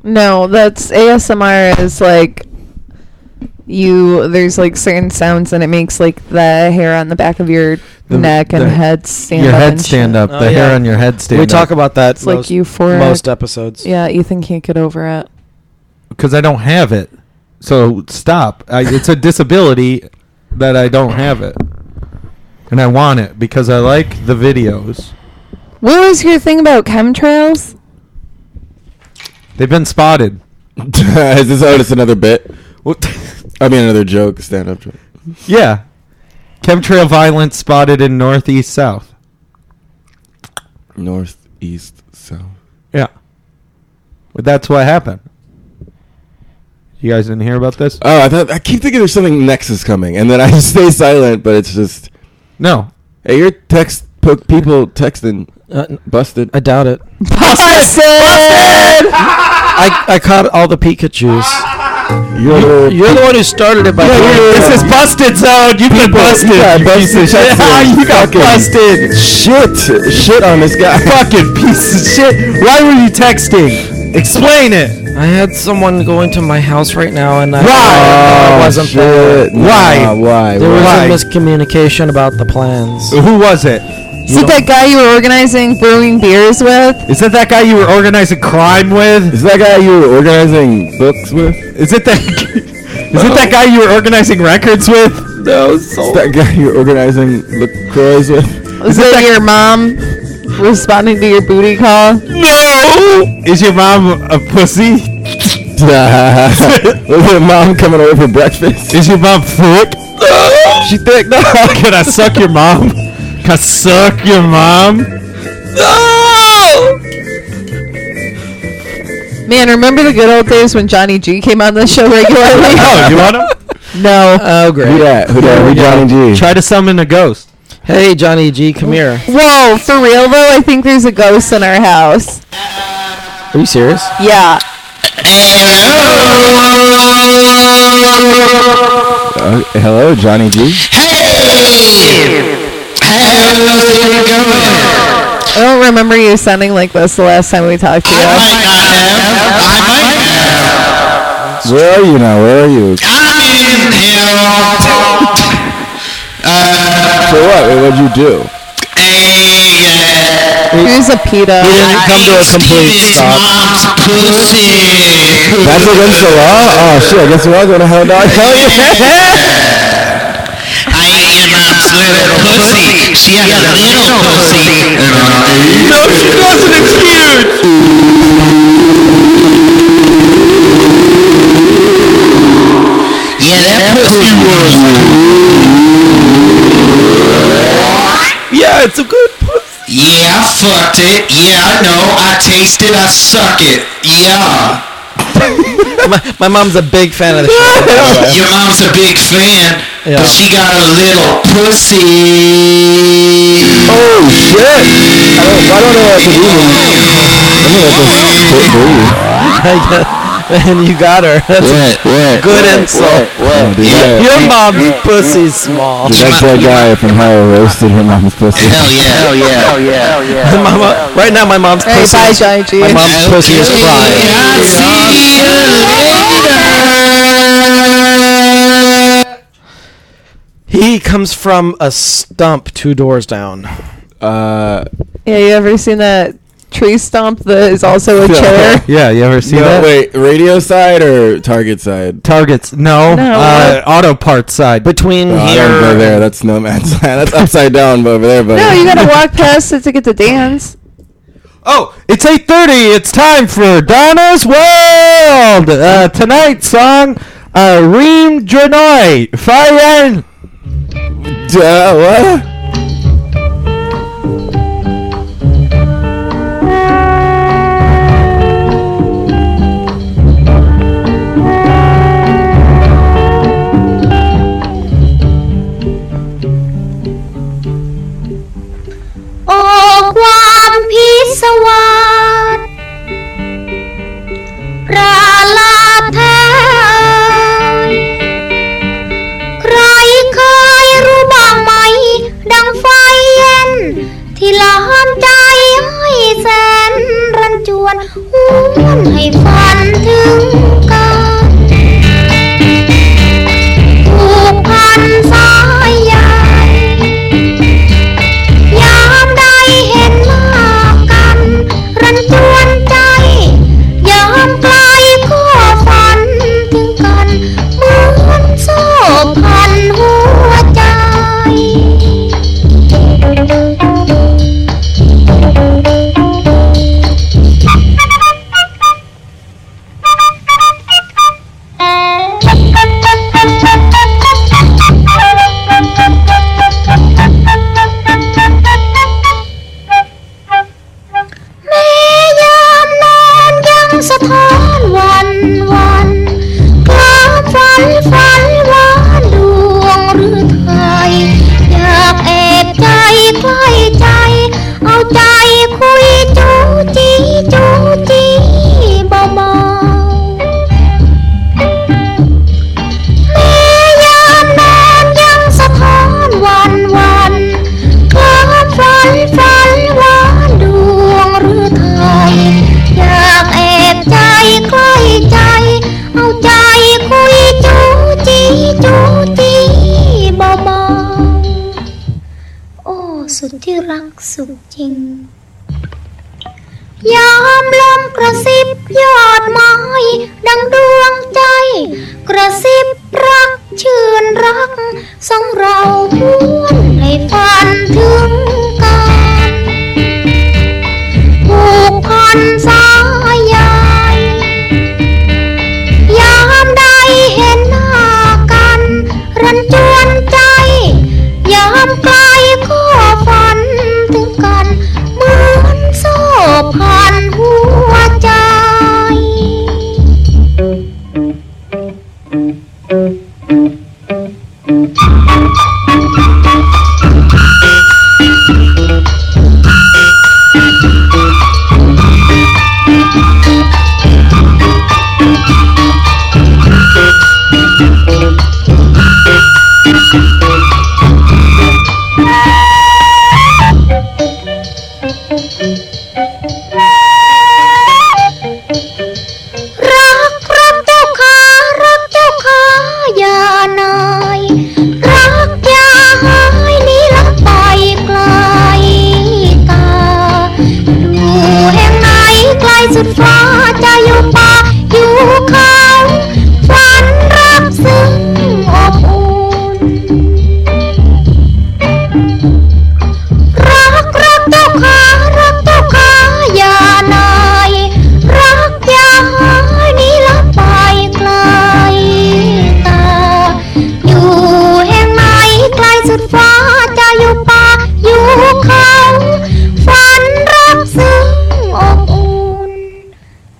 [SPEAKER 9] No, that's ASMR is like you there's like certain sounds and it makes like the hair on the back of your
[SPEAKER 4] The-
[SPEAKER 9] neck and
[SPEAKER 4] the-
[SPEAKER 9] head stand
[SPEAKER 4] your
[SPEAKER 9] up.
[SPEAKER 4] head
[SPEAKER 9] and
[SPEAKER 4] stand
[SPEAKER 9] shit.
[SPEAKER 4] up.
[SPEAKER 5] Oh,
[SPEAKER 4] the hair
[SPEAKER 5] yeah.
[SPEAKER 4] on your head stand
[SPEAKER 5] we
[SPEAKER 4] up.
[SPEAKER 5] talk about that.
[SPEAKER 9] It's like
[SPEAKER 5] most,
[SPEAKER 9] euphoric.
[SPEAKER 5] most episodes.
[SPEAKER 9] Yeah, Ethan can't get over it.
[SPEAKER 4] because I don't have it. So stop. I, it's a disability that I don't have it, and I want it because I like the videos.
[SPEAKER 9] What was your thing about chemtrails?
[SPEAKER 4] They've been spotted.
[SPEAKER 3] is this oh, it's another bit? I mean, another joke, stand-up joke.
[SPEAKER 4] Yeah, chemtrail violence spotted in northeast south.
[SPEAKER 3] North, east, south.
[SPEAKER 4] Yeah, but that's what happened. You guys didn't hear about this?
[SPEAKER 3] Oh, I thought I keep thinking there's something next is coming, and then I stay silent. But it's just,
[SPEAKER 4] no.
[SPEAKER 3] hey, you're text po- people texting
[SPEAKER 5] Uh, n-
[SPEAKER 3] busted.
[SPEAKER 5] I doubt it.
[SPEAKER 9] Busted!
[SPEAKER 5] I, I caught all the Pikachu's.
[SPEAKER 3] You're,
[SPEAKER 5] You're the one who started it by
[SPEAKER 3] Yeah,
[SPEAKER 5] doing
[SPEAKER 3] yeah,
[SPEAKER 5] it.
[SPEAKER 3] yeah.
[SPEAKER 4] This is busted zone. You've been busted.
[SPEAKER 3] got
[SPEAKER 4] you
[SPEAKER 3] busted.
[SPEAKER 4] piece of shit.
[SPEAKER 3] Fucking
[SPEAKER 4] you got
[SPEAKER 3] fucking-
[SPEAKER 4] busted.
[SPEAKER 3] shit, shit on this guy.
[SPEAKER 4] Fucking piece of shit. Why were you texting? Explain it.
[SPEAKER 5] I had someone going to my house right now, and I,
[SPEAKER 4] Right.
[SPEAKER 5] I
[SPEAKER 3] Oh,
[SPEAKER 5] wasn't there.
[SPEAKER 3] shit. Nah,
[SPEAKER 4] Why?
[SPEAKER 3] why?
[SPEAKER 5] There was
[SPEAKER 3] why?
[SPEAKER 4] Right.
[SPEAKER 5] a miscommunication about the plans.
[SPEAKER 4] Who was it?
[SPEAKER 9] Is it that guy you were organizing brewing beers with?
[SPEAKER 4] Is that that guy you were organizing crime with?
[SPEAKER 3] Is that guy you were organizing books with?
[SPEAKER 4] Is it that? Is it that guy you were organizing records with?
[SPEAKER 3] Is that guy you were organizing LaCroix with?
[SPEAKER 9] Was it your mom responding to your booty call?
[SPEAKER 4] No. Is your mom a pussy?
[SPEAKER 3] was it mom coming over for breakfast?
[SPEAKER 4] Is your mom thick? No. She thick. No. Can I suck your mom? Can I suck your mom? No.
[SPEAKER 9] Man, remember the good old days when Johnny G came on the show regularly?
[SPEAKER 4] Oh, you want him?
[SPEAKER 9] no.
[SPEAKER 5] Oh,
[SPEAKER 3] Who
[SPEAKER 5] great.
[SPEAKER 3] that? Who that? We Johnny G.
[SPEAKER 4] Try to summon a ghost.
[SPEAKER 5] Hey, Johnny G, come here.
[SPEAKER 9] Whoa, for real though, I think there's a ghost in our house.
[SPEAKER 5] Are you serious?
[SPEAKER 9] Yeah.
[SPEAKER 3] Uh, hello, Johnny G.
[SPEAKER 9] I don't remember you sounding like this the last time we talked to you.
[SPEAKER 3] Where are you now? Where are you? For what? Wait, What'd you do?
[SPEAKER 9] Here's a pita.
[SPEAKER 3] didn't come to a complete stop. That's against the law? Oh shit, I guess we're all going to hell now. I tell you.
[SPEAKER 8] Yeah,
[SPEAKER 5] god, it's a good pussy.
[SPEAKER 14] Yeah, I fucked it. Yeah, I know. I taste it. I suck it. Yeah.
[SPEAKER 5] my, my mom's a big fan of the show.
[SPEAKER 14] Your mom's a big fan, but she got a little pussy.
[SPEAKER 3] Oh shit! I don't, I don't know what to do. I'm gonna have to spit blue.
[SPEAKER 5] and you got her. That's
[SPEAKER 3] What? What?
[SPEAKER 5] a good
[SPEAKER 3] what,
[SPEAKER 5] insult.
[SPEAKER 3] What? what? Dude, that-
[SPEAKER 5] Your mom's pussy's small.
[SPEAKER 3] dude, that dead guy from Higher roasted her mom's pussy.
[SPEAKER 14] Hell yeah. Hell yeah. Hell yeah. Hell yeah.
[SPEAKER 5] My mo- right now, my mom's
[SPEAKER 9] Hey,
[SPEAKER 5] pussy.
[SPEAKER 9] bye,
[SPEAKER 5] Is,
[SPEAKER 9] Johnny G.
[SPEAKER 5] my mom's pussy is fried.
[SPEAKER 14] I see you later.
[SPEAKER 5] He comes from a stump two doors down.
[SPEAKER 3] Uh,
[SPEAKER 9] Yeah, you ever seen that tree stump that is also a chair?
[SPEAKER 4] Yeah, you ever see
[SPEAKER 3] no,
[SPEAKER 4] that?
[SPEAKER 3] wait, radio side or target side?
[SPEAKER 4] Targets. No.
[SPEAKER 9] No,
[SPEAKER 4] uh, auto parts side.
[SPEAKER 5] Between
[SPEAKER 3] Oh, I don't go
[SPEAKER 5] here,
[SPEAKER 3] there. That's no man's land. That's upside down over there, buddy.
[SPEAKER 9] No, you gotta walk past it to get the dance.
[SPEAKER 4] Oh, it's 8.30. It's time for Donna's World. Uh, tonight's song, uh, Reem Dranoy, Fire and... uh,
[SPEAKER 3] Duh, what?
[SPEAKER 1] ô quanพิสวาสราลาแท้เอ่ยใครเคยรู้บ้างไหม ดังไฟเย็น ที่ล้อมใจให้แสนรันจวนหวนให้ฝันถึงกันผูกพันสายใย ยามใดเห็นมากกัน รันจวนใจ ยามไกลก็ฝันถึงกันเหมือนโซ่พันหัวใจ แม้ยามนอนยังสะท้อนวันวันกลางฝันฝันหวานดวงหรือไทย อยากแอบใจใกล้ใจ เอาใจคุยจูจีจูจีเบาๆ แม้ยามนอนยังสะท้อนวันวันคลาฝันฝันหวานดวงหรือไทย อยากแอบใจใกล้ใจ เอาใจคุยจูจีจูจีเบาๆโอ้ สุดที่รักสุขจริง ยามลมกระซิบยอดไม้ ดังดวงใจ กระซิบรักชื่นรักสองเราพวนให้ฝันถึงกันผูกพันสายใยยามใดเห็นหน้ากัน รันจวนใจ ยามไกลก็ฝันถึงกันเหมือนโซ่พันหัวใจ
[SPEAKER 6] Thank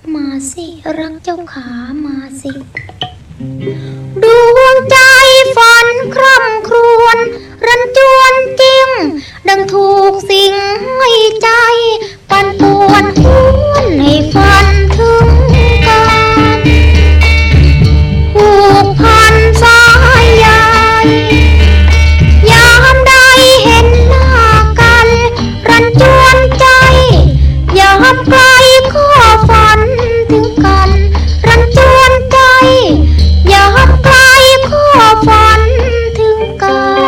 [SPEAKER 1] ขามาสิ ดวงใจฝันคร่ำครวญรันจวนจริง ดังถูกสิ่งให้ใจ ปันปวนหวนให้ฝันถึงกันผูกพันสายใยยามใดเห็นหน้ากัน รันจวนใจ ยามไกลก็ฝันถึงกัน รันจวนใจ ยามไกลก็ฝันถึงกัน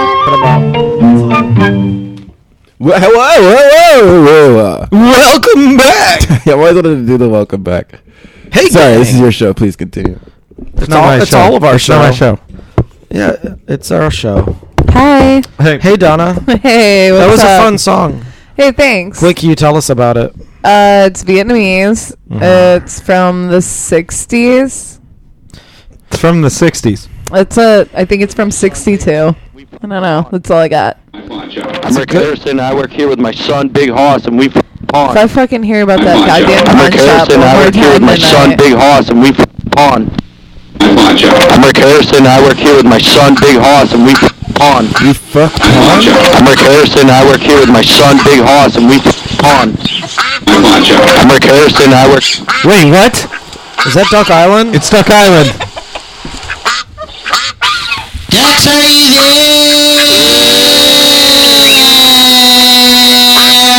[SPEAKER 3] Whoa, whoa, whoa, whoa, whoa. Welcome back. yeah, I always wanted to do the welcome back. Hey, sorry, this is your show. Please continue.
[SPEAKER 5] It's, all, it's all of our
[SPEAKER 4] It's
[SPEAKER 5] show.
[SPEAKER 4] not my
[SPEAKER 5] Yeah, it's our show.
[SPEAKER 9] Hi.
[SPEAKER 5] Hey, hey, Donna.
[SPEAKER 9] Hey, what's
[SPEAKER 5] that
[SPEAKER 4] uh,
[SPEAKER 5] was
[SPEAKER 9] up?
[SPEAKER 5] a fun song.
[SPEAKER 9] Hey, thanks.
[SPEAKER 5] Quick, Mm-hmm. you tell us about it.
[SPEAKER 9] Uh, it's Vietnamese. Uh, it's from the 60s.
[SPEAKER 4] It's from the 60s.
[SPEAKER 9] It's a, I think it's from 62. I don't know. That's all I got.
[SPEAKER 15] I'm Rick Harrison. I work here with my son, Big Hoss, and we f-
[SPEAKER 9] If I
[SPEAKER 15] pawn.
[SPEAKER 9] fucking hear about that
[SPEAKER 15] I'm
[SPEAKER 9] goddamn pawn
[SPEAKER 15] Rick
[SPEAKER 9] shop
[SPEAKER 15] Harrison. I
[SPEAKER 9] one
[SPEAKER 15] work here
[SPEAKER 9] more
[SPEAKER 15] with
[SPEAKER 9] time
[SPEAKER 15] my son,
[SPEAKER 9] tonight,
[SPEAKER 15] Big Hoss, and we f- pawn. I'm Rick Harrison. I work here with my son, Big Hoss, and we f- pawn.
[SPEAKER 3] You fuck
[SPEAKER 15] pawn? I'm Rick Harrison. I work here with my son, Big Hoss, and we f- pawn. I'm Rick Harrison. I work.
[SPEAKER 5] Wait, what? Is that Duck Island?
[SPEAKER 4] It's Duck Island.
[SPEAKER 14] Ducks are easy.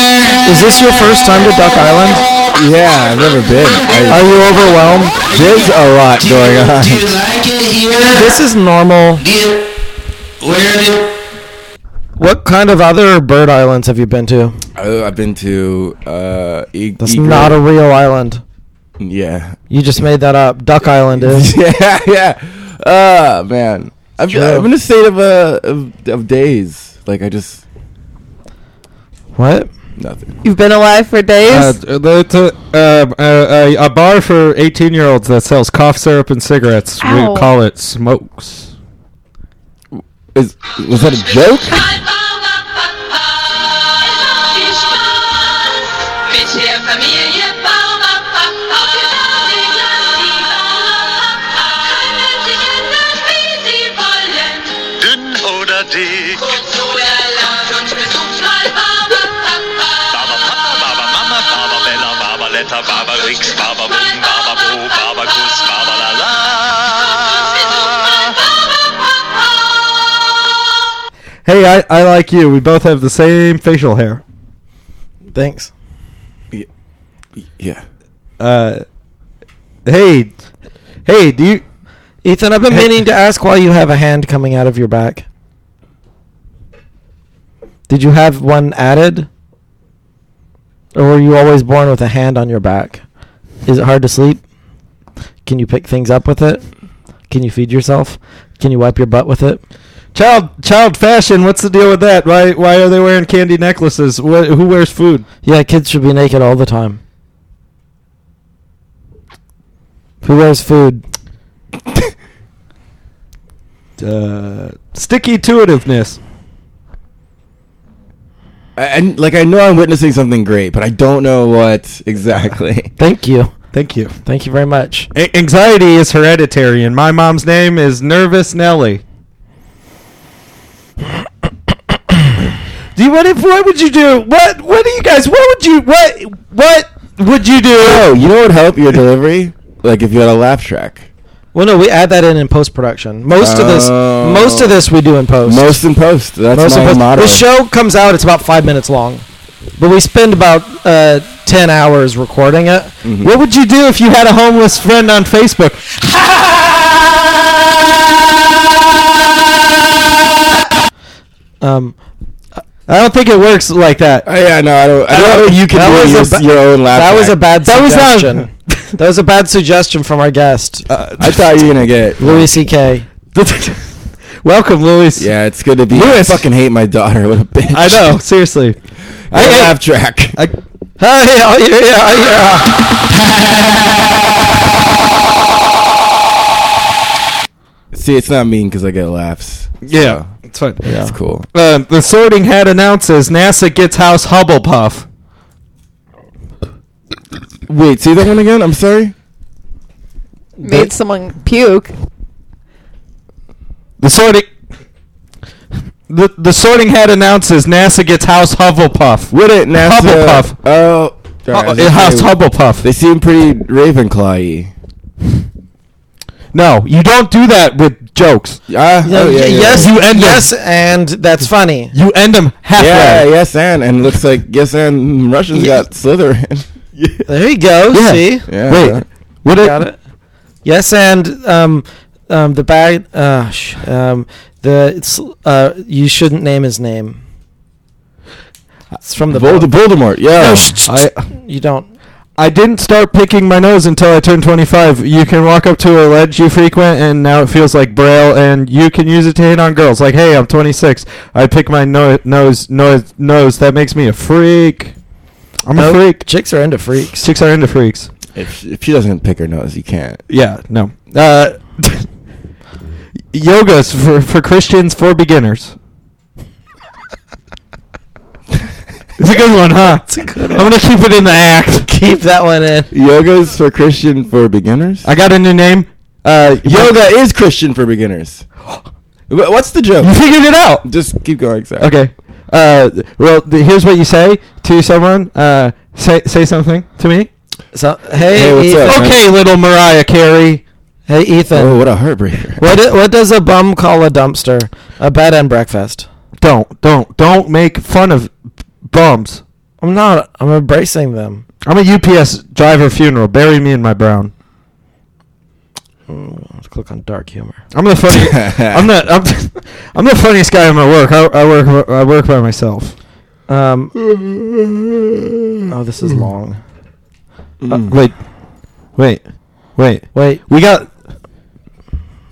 [SPEAKER 5] Is this your first time to Duck Island?
[SPEAKER 3] Yeah, I've never been.
[SPEAKER 5] Are you overwhelmed?
[SPEAKER 3] There's a lot going on.
[SPEAKER 5] This is normal. What kind of other bird islands have you been to?
[SPEAKER 3] Oh, I've been to. Uh, e-
[SPEAKER 5] That's
[SPEAKER 3] Eagle-
[SPEAKER 5] not a real island.
[SPEAKER 3] Yeah.
[SPEAKER 5] You just made that up. Duck Island is.
[SPEAKER 3] yeah, yeah. Uh, man. I'm,
[SPEAKER 5] True.
[SPEAKER 3] I'm in a state of, uh, of, of days. Like, I just.
[SPEAKER 5] What?
[SPEAKER 3] Nothing.
[SPEAKER 9] You've been alive for
[SPEAKER 4] Uh,
[SPEAKER 9] days?
[SPEAKER 4] d- that's a, uh, a, a, a bar for 18 year olds that sells cough syrup and cigarettes.
[SPEAKER 9] Ow.
[SPEAKER 4] We call it Smokes.
[SPEAKER 3] Is, was that a joke?
[SPEAKER 4] Hey, I, I like you. We both have the same facial hair.
[SPEAKER 5] Thanks.
[SPEAKER 3] Yeah.
[SPEAKER 4] Uh, hey, hey, do you.
[SPEAKER 5] Ethan, I've been
[SPEAKER 4] Hey.
[SPEAKER 5] meaning to ask why you have a hand coming out of your back. Did you have one added? Or were you always born with a hand on your back? Is it hard to sleep? Can you pick things up with it? Can you feed yourself? Can you wipe your butt with it?
[SPEAKER 4] Child, child fashion. What's the deal with that? Why, why are they wearing candy necklaces? Wh- who wears food?
[SPEAKER 5] Yeah, kids should be naked all the time. Who wears food?
[SPEAKER 4] Uh, sticky intuitiveness.
[SPEAKER 3] I, and, like, I know I'm witnessing something great, but I don't know what exactly.
[SPEAKER 5] Thank you.
[SPEAKER 4] Thank you.
[SPEAKER 5] Thank you very much.
[SPEAKER 4] A- anxiety is hereditary, and my mom's name is Nervous Nelly. do you, what if? What would you do? What? What do you guys? What would you? What? What would you do?
[SPEAKER 3] Oh, you know what would help your delivery? Like, if you had a laugh track.
[SPEAKER 5] Well, no, we add that in in post production. Most of this,
[SPEAKER 3] Oh.
[SPEAKER 5] most of this, we do in post.
[SPEAKER 3] Most in post. That's
[SPEAKER 5] Most
[SPEAKER 3] my
[SPEAKER 5] of us-
[SPEAKER 3] motto.
[SPEAKER 5] The show comes out; it's about five minutes long, but we spend about uh, ten hours recording it.
[SPEAKER 4] What would you do if you had a homeless friend on Facebook?
[SPEAKER 5] Um,
[SPEAKER 4] I don't think it works like that.
[SPEAKER 3] Oh, yeah, no, I don't. I don't know. You can
[SPEAKER 5] that
[SPEAKER 3] do
[SPEAKER 5] was
[SPEAKER 3] your,
[SPEAKER 5] a ba-
[SPEAKER 3] your own laugh.
[SPEAKER 5] that was a
[SPEAKER 3] track.
[SPEAKER 5] bad
[SPEAKER 4] That was not-
[SPEAKER 5] suggestion. that was a bad suggestion from our guest, uh,
[SPEAKER 3] I thought you were gonna get.
[SPEAKER 5] Louis C.K.
[SPEAKER 4] Welcome, Louis.
[SPEAKER 3] Yeah, it's good to be.
[SPEAKER 4] Louis.
[SPEAKER 3] I fucking hate my daughter. What a bitch.
[SPEAKER 4] I know. Seriously.
[SPEAKER 3] I
[SPEAKER 4] I-
[SPEAKER 3] laugh track.
[SPEAKER 4] I,
[SPEAKER 5] Hey, oh, yeah, yeah, yeah.
[SPEAKER 3] See, it's not mean because I get laughs.
[SPEAKER 4] yeah, it's fine.
[SPEAKER 5] Yeah.
[SPEAKER 3] It's cool.
[SPEAKER 4] Uh, the Sorting Hat announces NASA gets house Hubblepuff.
[SPEAKER 3] Wait, see that one again? I'm sorry.
[SPEAKER 9] made someone puke.
[SPEAKER 8] The sorting. The, the sorting hat announces NASA gets House Hufflepuff.
[SPEAKER 3] Would it, NASA?
[SPEAKER 8] Hufflepuff.
[SPEAKER 3] Oh,
[SPEAKER 8] Hu-
[SPEAKER 4] uh,
[SPEAKER 8] it has Hufflepuff.
[SPEAKER 3] They seem pretty Ravenclaw-y.
[SPEAKER 8] No, you don't do that with jokes.
[SPEAKER 3] Uh, oh, yeah, yeah.
[SPEAKER 5] Yes,
[SPEAKER 8] You end
[SPEAKER 5] yes,
[SPEAKER 8] them.
[SPEAKER 5] and that's funny.
[SPEAKER 8] You end them halfway.
[SPEAKER 3] Yeah, yes, and and looks like yes, and Russians
[SPEAKER 5] Yeah.
[SPEAKER 3] got Slytherin.
[SPEAKER 5] There you go.
[SPEAKER 8] Yeah.
[SPEAKER 5] See,
[SPEAKER 3] Yeah.
[SPEAKER 8] Wait, what it,
[SPEAKER 5] got it. Yes, and um, um, the bag. Uh, sh- um, the it's uh, you shouldn't name his name. It's from the
[SPEAKER 3] Vold-
[SPEAKER 5] book.
[SPEAKER 3] Voldemort. Yeah.
[SPEAKER 5] No, sh- sh-
[SPEAKER 8] I-
[SPEAKER 5] you don't.
[SPEAKER 4] I didn't start picking my nose until I turned 25. You can walk up to a ledge you frequent, and now it feels like braille, and you can use it to hit on girls. Like, hey, I'm 26. I pick my no- nose, nose, nose. That makes me a freak. I'm a
[SPEAKER 5] Nope.
[SPEAKER 4] freak.
[SPEAKER 5] Chicks are into freaks.
[SPEAKER 4] Chicks are into freaks.
[SPEAKER 3] If she, if she doesn't pick her nose, you can't.
[SPEAKER 4] Yeah, no. Uh, yoga's for, for Christians, for beginners. It's a good one, huh?
[SPEAKER 5] It's a good
[SPEAKER 4] I'm going to keep it in the act.
[SPEAKER 5] Keep that one in.
[SPEAKER 3] Yoga's for Christian for beginners.
[SPEAKER 4] I got a new name. Uh,
[SPEAKER 3] Yoga is Christian for beginners. Wha- What's the joke?
[SPEAKER 4] You figured it out.
[SPEAKER 3] Just keep going. Sorry.
[SPEAKER 4] Okay. Uh, well, th- here's what you say to someone. Uh, say say something to me.
[SPEAKER 5] So hey,
[SPEAKER 3] Hey, what's
[SPEAKER 5] Ethan.
[SPEAKER 3] up, man?
[SPEAKER 4] Okay, little Mariah Carey.
[SPEAKER 5] Hey, Ethan.
[SPEAKER 3] Oh, what a heartbreaker.
[SPEAKER 5] What do- what does a bum call a dumpster? A bed and breakfast.
[SPEAKER 4] Don't don't don't make fun of bums.
[SPEAKER 5] I'm not. I'm embracing them.
[SPEAKER 4] I'm a UPS driver funeral. Bury me in my brown.
[SPEAKER 5] Mm, Let's click on dark humor.
[SPEAKER 4] I'm the funny. I'm the I'm, I'm the funniest guy in my work. I, I work I work by myself.
[SPEAKER 5] Um.
[SPEAKER 4] Mm.
[SPEAKER 5] Oh, this is long.
[SPEAKER 4] Uh, wait, wait, wait.
[SPEAKER 5] Wait.
[SPEAKER 4] We got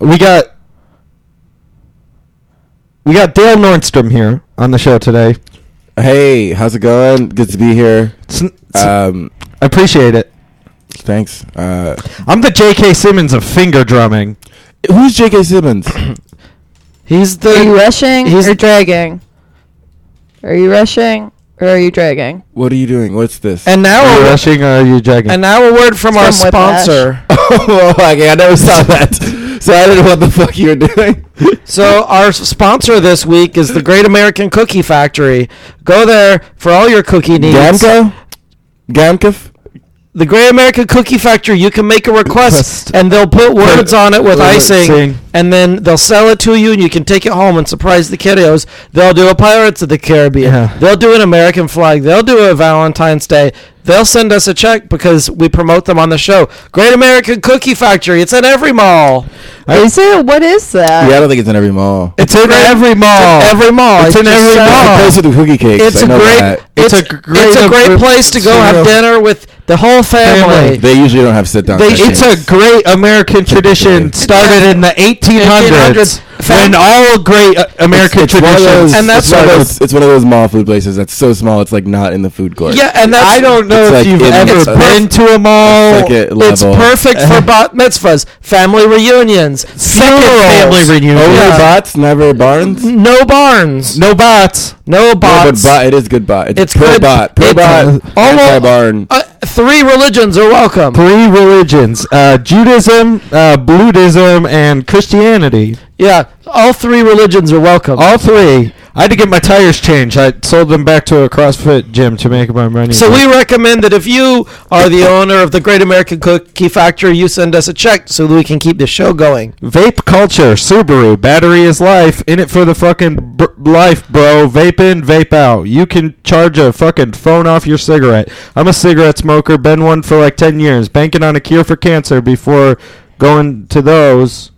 [SPEAKER 4] we got we got Dale Nordstrom here on the show today.
[SPEAKER 3] Hey, how's it going? Good to be here.
[SPEAKER 4] It's, it's-
[SPEAKER 3] Um,
[SPEAKER 4] I appreciate it.
[SPEAKER 3] thanks. Uh,
[SPEAKER 4] I'm the J.K. Simmons of finger drumming.
[SPEAKER 3] who's J.K. Simmons?
[SPEAKER 5] He's
[SPEAKER 9] Are you
[SPEAKER 5] the.
[SPEAKER 9] rushing
[SPEAKER 5] he's-
[SPEAKER 9] or dragging? Are you rushing or are you dragging?
[SPEAKER 3] what are you doing? What's this?
[SPEAKER 5] And now
[SPEAKER 4] Are you
[SPEAKER 5] a,
[SPEAKER 4] rushing or are you dragging?
[SPEAKER 5] and now a word from our
[SPEAKER 9] From Whiplash.
[SPEAKER 5] sponsor.
[SPEAKER 3] oh, okay, I never saw that, so I didn't know what the fuck you were doing.
[SPEAKER 5] So our sponsor this week is the Great American Cookie Factory. Go there for all your cookie needs.
[SPEAKER 3] Gamco, Gamkif.
[SPEAKER 5] Uh, The Great American Cookie Factory. You can make a request,
[SPEAKER 4] Request.
[SPEAKER 5] and they'll put words on it with
[SPEAKER 4] Word,
[SPEAKER 5] icing,
[SPEAKER 4] sing.
[SPEAKER 5] and then they'll sell it to you, and you can take it home and surprise the kiddos. They'll do a Pirates of the Caribbean.
[SPEAKER 4] Yeah.
[SPEAKER 5] They'll do an American flag. They'll do a Valentine's Day. They'll send us a check because we promote them on the show. Great American Cookie Factory. It's at every mall.
[SPEAKER 9] Is it? What is that?
[SPEAKER 3] Yeah, I don't think it's in every mall.
[SPEAKER 4] it's in every mall.
[SPEAKER 5] Every mall.
[SPEAKER 4] It's in
[SPEAKER 5] just
[SPEAKER 4] every
[SPEAKER 5] said-
[SPEAKER 3] It's
[SPEAKER 4] mall.
[SPEAKER 3] the place with the cookie cakes.
[SPEAKER 5] It's
[SPEAKER 3] I
[SPEAKER 5] a
[SPEAKER 3] know
[SPEAKER 5] great.
[SPEAKER 3] that.
[SPEAKER 5] It's, a great. It's a great place to go have dinner with the whole family.
[SPEAKER 4] Family.
[SPEAKER 3] They usually don't have sit down.
[SPEAKER 4] They- it's a great American tradition started in the 1800s
[SPEAKER 5] 1800s.
[SPEAKER 4] when all great uh, American
[SPEAKER 3] It's one of
[SPEAKER 4] traditions.
[SPEAKER 3] those,
[SPEAKER 5] And that's
[SPEAKER 3] it's one, of
[SPEAKER 5] why-
[SPEAKER 3] those, it's one of those mall food places that's so small it's like not in the food court.
[SPEAKER 5] Yeah, and that's
[SPEAKER 4] I don't know
[SPEAKER 3] It's
[SPEAKER 4] if
[SPEAKER 3] like
[SPEAKER 4] you've
[SPEAKER 3] in-
[SPEAKER 4] ever
[SPEAKER 3] it's like-
[SPEAKER 4] been to a mall.
[SPEAKER 3] It's like it-
[SPEAKER 5] It's
[SPEAKER 3] level.
[SPEAKER 5] perfect for bat mitzvahs, family reunions, second
[SPEAKER 4] family reunion.
[SPEAKER 3] Only
[SPEAKER 5] Yeah.
[SPEAKER 3] bots, never barns. No,
[SPEAKER 5] No barns, no,
[SPEAKER 4] No bots.
[SPEAKER 3] but
[SPEAKER 5] bots.
[SPEAKER 3] bot, it is good bot. It's,
[SPEAKER 5] It's
[SPEAKER 3] pro
[SPEAKER 5] good.
[SPEAKER 3] bot, pro
[SPEAKER 5] It's
[SPEAKER 3] bot,
[SPEAKER 5] all-
[SPEAKER 3] anti barn.
[SPEAKER 5] uh, three religions are welcome.
[SPEAKER 4] Three religions: uh, Judaism, uh, Buddhism, and Christianity.
[SPEAKER 5] Yeah, all three religions are welcome.
[SPEAKER 4] All three. I had to get my tires changed. I sold them back to a CrossFit gym to make my money.
[SPEAKER 5] so we
[SPEAKER 4] back.
[SPEAKER 5] recommend that if you are the owner of the Great American Cookie Factory, you send us a check so that we can keep the show going.
[SPEAKER 4] vape culture. Subaru battery is life. In it for the fucking br- life, bro. Vape in, vape out. You can charge a fucking phone off your cigarette. I'm a cigarette smoker. Been one for like ten years. Banking on a cure for cancer before going to those.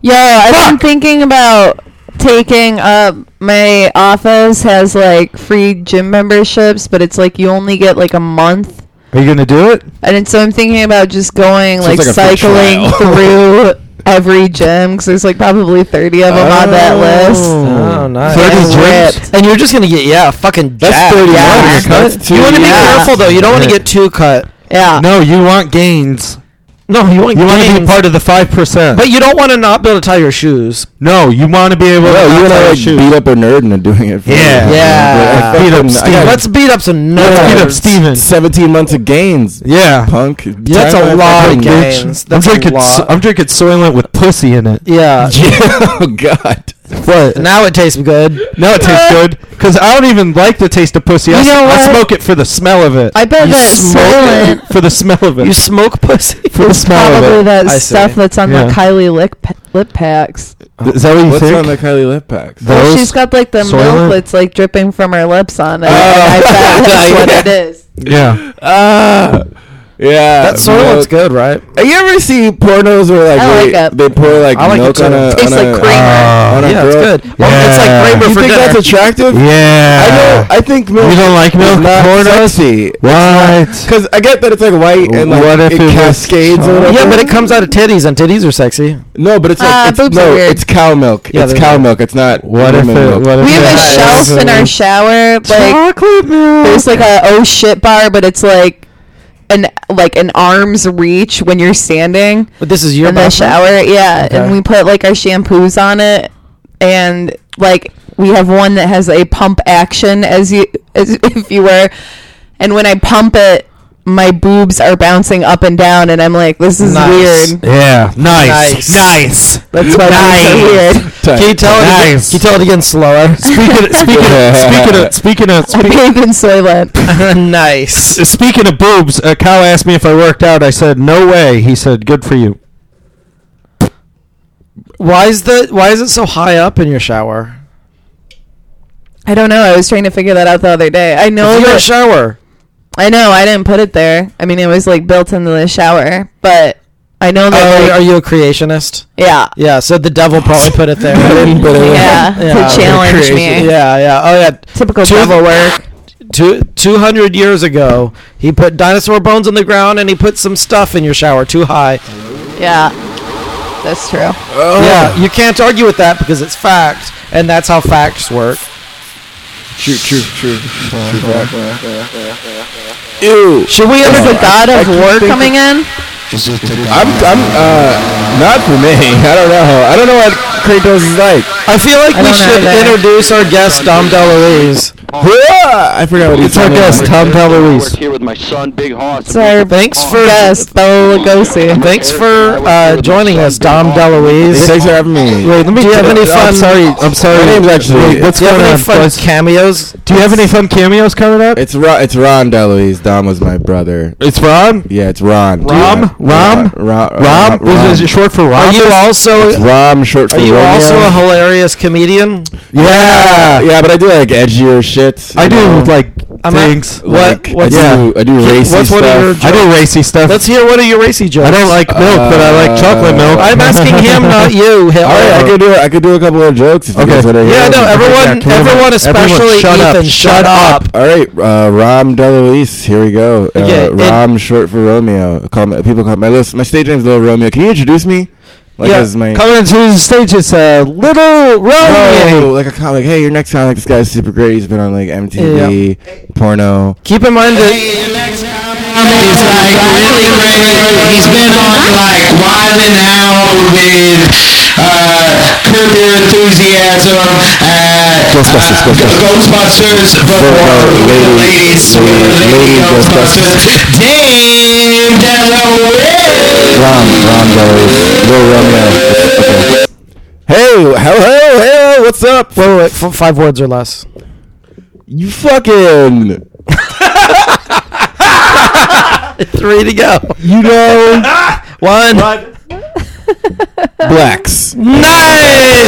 [SPEAKER 9] Yo, I've been thinking about taking up my office has like free gym memberships, but it's like you only get like a month.
[SPEAKER 4] Are you gonna do it?
[SPEAKER 9] And it's- so I'm thinking about just going like,
[SPEAKER 3] like a free
[SPEAKER 9] cycling through every gym because there's like probably 30 of them on that list.
[SPEAKER 5] Oh, nice.
[SPEAKER 4] Oh. Thirty
[SPEAKER 9] That's
[SPEAKER 4] drinks?
[SPEAKER 9] ripped.
[SPEAKER 5] And you're just gonna get yeah, fucking
[SPEAKER 3] That's
[SPEAKER 5] jacked.
[SPEAKER 3] 31.
[SPEAKER 9] yeah.
[SPEAKER 3] That's
[SPEAKER 5] You want to be
[SPEAKER 9] Yeah.
[SPEAKER 5] careful though. You don't want to
[SPEAKER 4] Yeah.
[SPEAKER 5] get too cut.
[SPEAKER 9] Yeah.
[SPEAKER 4] No, you want gains.
[SPEAKER 5] No, you want
[SPEAKER 4] You want to be
[SPEAKER 5] gains.
[SPEAKER 4] part of the five percent.
[SPEAKER 5] But you don't want to not be able to tie your shoes.
[SPEAKER 4] No, you want to be able
[SPEAKER 3] No,
[SPEAKER 4] to
[SPEAKER 3] you
[SPEAKER 4] not
[SPEAKER 3] and
[SPEAKER 4] tie
[SPEAKER 3] I
[SPEAKER 4] your
[SPEAKER 3] like
[SPEAKER 4] shoes.
[SPEAKER 3] beat up a nerd into doing it. For
[SPEAKER 4] Yeah.
[SPEAKER 3] me.
[SPEAKER 4] Yeah.
[SPEAKER 3] Like, I
[SPEAKER 4] Beat up
[SPEAKER 3] fucking- I
[SPEAKER 4] Steven.
[SPEAKER 3] got-
[SPEAKER 4] Let's
[SPEAKER 5] beat up some
[SPEAKER 4] Let's beat up Steven.
[SPEAKER 3] Seventeen months of gains.
[SPEAKER 4] Yeah,
[SPEAKER 3] punk.
[SPEAKER 5] that's
[SPEAKER 3] Time
[SPEAKER 5] a
[SPEAKER 3] my
[SPEAKER 5] lot of
[SPEAKER 3] fucking-
[SPEAKER 5] gains.
[SPEAKER 4] I'm
[SPEAKER 5] That's a
[SPEAKER 4] drinking.
[SPEAKER 5] lot.
[SPEAKER 4] So, I'm drinking Soylent with pussy in it.
[SPEAKER 5] Yeah.
[SPEAKER 3] Oh God.
[SPEAKER 4] What?
[SPEAKER 5] Now it tastes good.
[SPEAKER 4] No, it tastes good because I don't even like the taste of pussy. I,
[SPEAKER 5] You
[SPEAKER 4] s- I
[SPEAKER 5] know what?
[SPEAKER 4] smoke it for the smell of it.
[SPEAKER 9] I bet
[SPEAKER 4] You
[SPEAKER 9] that
[SPEAKER 4] smoke it
[SPEAKER 9] Soylent-
[SPEAKER 4] for the smell of it.
[SPEAKER 5] You smoke pussy
[SPEAKER 4] for the smell of
[SPEAKER 9] Probably
[SPEAKER 4] it.
[SPEAKER 9] that
[SPEAKER 5] I
[SPEAKER 9] stuff
[SPEAKER 5] see.
[SPEAKER 9] that's on
[SPEAKER 4] Yeah.
[SPEAKER 9] the Kylie lip, lip packs.
[SPEAKER 4] Th- Is that what you
[SPEAKER 3] What's
[SPEAKER 4] think?
[SPEAKER 3] on the Kylie lip packs?
[SPEAKER 4] Those-
[SPEAKER 9] Well, she's got like the
[SPEAKER 4] Soylent?
[SPEAKER 9] milk that's like dripping from her lips on it.
[SPEAKER 3] Oh.
[SPEAKER 9] and I bet that's what it is.
[SPEAKER 4] Oh. yeah.
[SPEAKER 3] Ah. Yeah.
[SPEAKER 5] That Soylent's
[SPEAKER 3] milk.
[SPEAKER 5] good, right?
[SPEAKER 3] Have you ever see pornos where
[SPEAKER 9] I like
[SPEAKER 3] like,
[SPEAKER 9] it.
[SPEAKER 3] they, they pour like,
[SPEAKER 5] I like
[SPEAKER 3] milk
[SPEAKER 5] it
[SPEAKER 3] on
[SPEAKER 5] too.
[SPEAKER 3] a on
[SPEAKER 9] Tastes
[SPEAKER 3] a, uh,
[SPEAKER 9] like Kramer.
[SPEAKER 3] on a
[SPEAKER 5] Yeah, it's
[SPEAKER 3] girl?
[SPEAKER 5] good. Well, it's
[SPEAKER 4] Yeah.
[SPEAKER 5] like Kramer
[SPEAKER 3] You
[SPEAKER 5] for
[SPEAKER 3] think
[SPEAKER 5] dinner.
[SPEAKER 3] that's attractive?
[SPEAKER 4] Yeah.
[SPEAKER 3] I know. I think milk.
[SPEAKER 4] You don't like
[SPEAKER 3] is
[SPEAKER 4] milk
[SPEAKER 3] not
[SPEAKER 4] pornos?
[SPEAKER 3] sexy.
[SPEAKER 4] What?
[SPEAKER 3] Because I get that it's like white and like
[SPEAKER 4] What if
[SPEAKER 3] it,
[SPEAKER 4] it was-
[SPEAKER 3] cascades or whatever.
[SPEAKER 5] yeah, but it comes out of titties, and titties are sexy.
[SPEAKER 3] no, but it's like
[SPEAKER 9] Ah,
[SPEAKER 3] it's,
[SPEAKER 9] boobs are
[SPEAKER 3] no,
[SPEAKER 9] weird.
[SPEAKER 3] it's cow milk.
[SPEAKER 5] Yeah,
[SPEAKER 3] it's
[SPEAKER 5] they're
[SPEAKER 3] cow
[SPEAKER 5] weird.
[SPEAKER 3] milk. It's not
[SPEAKER 4] What if
[SPEAKER 3] women
[SPEAKER 4] it?
[SPEAKER 3] milk.
[SPEAKER 4] What if
[SPEAKER 9] We have
[SPEAKER 4] it-
[SPEAKER 9] a shelf in our shower. Like
[SPEAKER 4] chocolate milk?
[SPEAKER 9] there's like a oh shit bar, but it's like an like an arm's reach when you're standing
[SPEAKER 5] But this is your
[SPEAKER 9] in the
[SPEAKER 5] bathroom?
[SPEAKER 9] shower. Yeah,
[SPEAKER 5] Okay.
[SPEAKER 9] and we put like our shampoos on it, and like we have one that has a pump action as you as if you were, and when I pump it. My boobs are bouncing up and down, and I'm like, "This is
[SPEAKER 5] Nice.
[SPEAKER 9] weird."
[SPEAKER 4] Yeah. Nice.
[SPEAKER 5] Nice.
[SPEAKER 4] Nice.
[SPEAKER 9] That's why
[SPEAKER 4] Nice.
[SPEAKER 9] it's so weird.
[SPEAKER 3] Tight.
[SPEAKER 5] Can you tell it?
[SPEAKER 4] Nice.
[SPEAKER 5] Can you tell it again slower?
[SPEAKER 4] Speaking of, speaking of, speaking of, speaking of,
[SPEAKER 9] I
[SPEAKER 4] speaking
[SPEAKER 9] bathe in Soylent.
[SPEAKER 5] nice.
[SPEAKER 4] S- Speaking of boobs, uh, Kyle asked me if I worked out. I said, "No way." He said, "Good for you."
[SPEAKER 5] Why is the why is it so high up in your shower?
[SPEAKER 9] I don't know. I was trying to figure that out the other day. I know
[SPEAKER 5] It's your
[SPEAKER 9] that-
[SPEAKER 5] shower.
[SPEAKER 9] I know I didn't put it there. I mean, it was like built into the shower, but I know that.
[SPEAKER 5] Oh,
[SPEAKER 9] like,
[SPEAKER 5] are you a creationist?
[SPEAKER 9] Yeah.
[SPEAKER 5] Yeah. So the devil probably put it there.
[SPEAKER 3] I didn't put it there.
[SPEAKER 9] Yeah, to challenge
[SPEAKER 5] creation-
[SPEAKER 9] me.
[SPEAKER 5] Yeah, yeah. Oh yeah.
[SPEAKER 9] Typical
[SPEAKER 5] Two-
[SPEAKER 9] devil work.
[SPEAKER 5] Two, 200 years ago, he put dinosaur bones on the ground and he put some stuff in your shower too high.
[SPEAKER 9] Yeah, that's true.
[SPEAKER 5] Yeah, you can't argue with that because it's fact, and that's how facts work.
[SPEAKER 3] True, true, true. Ew.
[SPEAKER 5] Should we
[SPEAKER 9] Is the god of war coming in?
[SPEAKER 3] I'm, I'm, uh, not for me. I don't know. I don't know what Kratos is like.
[SPEAKER 5] I feel like we
[SPEAKER 9] don't know
[SPEAKER 5] should
[SPEAKER 9] either.
[SPEAKER 5] introduce our guest, Dom DeLuise.
[SPEAKER 3] I forgot what he's
[SPEAKER 4] It's our guest, Tom
[SPEAKER 15] work
[SPEAKER 4] Pellerise.
[SPEAKER 15] here with my son, Big Hoss.
[SPEAKER 9] It's our
[SPEAKER 5] Thanks for
[SPEAKER 9] yes, Bela Lugosi.
[SPEAKER 5] thanks for uh, joining us, Dom DeLuise.
[SPEAKER 3] Thanks for having me.
[SPEAKER 5] Wait, let me. Do you have any fun?
[SPEAKER 4] uh, I'm sorry. I'm sorry.
[SPEAKER 3] My name's actually-
[SPEAKER 4] Wait, what's
[SPEAKER 5] Do you have
[SPEAKER 4] going on?
[SPEAKER 5] any fun
[SPEAKER 4] boys?
[SPEAKER 5] cameos?
[SPEAKER 4] Do you have any fun cameos coming up?
[SPEAKER 3] It's Ron. It's Ron DeLuise. Dom was my brother.
[SPEAKER 4] It's Ron.
[SPEAKER 3] Yeah, it's Ron.
[SPEAKER 4] Rom?
[SPEAKER 3] Yeah. uh,
[SPEAKER 4] Rom? Rom? Is, is it short for Rom?
[SPEAKER 5] Are you also
[SPEAKER 3] It's Rom, short for
[SPEAKER 5] are you
[SPEAKER 3] Romeo.
[SPEAKER 5] also a hilarious comedian?
[SPEAKER 3] yeah, yeah, but I do like edgier shit.
[SPEAKER 4] I
[SPEAKER 3] you know?
[SPEAKER 4] do like
[SPEAKER 5] I'm not-
[SPEAKER 4] things.
[SPEAKER 3] Like,
[SPEAKER 5] What- what's-
[SPEAKER 3] I do, I do racy
[SPEAKER 5] what's
[SPEAKER 3] stuff.
[SPEAKER 5] one of
[SPEAKER 4] I
[SPEAKER 5] your
[SPEAKER 4] do racy stuff.
[SPEAKER 5] Let's hear one of your racy jokes.
[SPEAKER 4] I don't like milk, but I like chocolate milk.
[SPEAKER 3] Uh,
[SPEAKER 5] I'm asking him, not you. Hil-
[SPEAKER 3] All right, I could do I could do a couple of jokes. If
[SPEAKER 4] Okay.
[SPEAKER 3] You guys wanna hear
[SPEAKER 5] Yeah,
[SPEAKER 3] them.
[SPEAKER 5] no, everyone,
[SPEAKER 4] Yeah,
[SPEAKER 5] everyone,
[SPEAKER 4] everyone,
[SPEAKER 5] especially
[SPEAKER 4] shut up,
[SPEAKER 5] Ethan, shut
[SPEAKER 4] shut
[SPEAKER 5] up.
[SPEAKER 3] All right, uh, Rom DeLuise. Here we go. Uh,
[SPEAKER 5] Okay, and-
[SPEAKER 3] Rom, short for Romeo. Call me, people call my list. My stage name's Little Romeo. Can you introduce me? Like
[SPEAKER 5] Yeah,
[SPEAKER 3] as my
[SPEAKER 4] Coming into the stage, it's a little
[SPEAKER 3] Oh,
[SPEAKER 4] Romeo.
[SPEAKER 3] like a comic. Hey, your next comic. This guy's super great. He's been on like MTV, porno.
[SPEAKER 5] Keep in mind that
[SPEAKER 14] He's like really great. He's been on like Wildin' Out with uh, Curb Your Enthusiasm, uh,
[SPEAKER 3] Ghostbusters,
[SPEAKER 14] uh,
[SPEAKER 3] Ghostbusters.
[SPEAKER 14] Ghostbusters, before
[SPEAKER 3] Lady-
[SPEAKER 14] Lady- ladies,
[SPEAKER 3] Lady- Lady
[SPEAKER 14] lady Ghostbusters.
[SPEAKER 3] Ghostbusters.
[SPEAKER 14] Dame
[SPEAKER 3] Rom,
[SPEAKER 14] DeLuise.
[SPEAKER 3] Rom DeLuise. Little Romeo. Okay. Hey, hello, hello. What's up?
[SPEAKER 5] wait, wait, wait, f- five words or less.
[SPEAKER 3] You fucking.
[SPEAKER 5] Three to go.
[SPEAKER 3] You know,
[SPEAKER 5] One.
[SPEAKER 3] blacks.
[SPEAKER 5] Nice.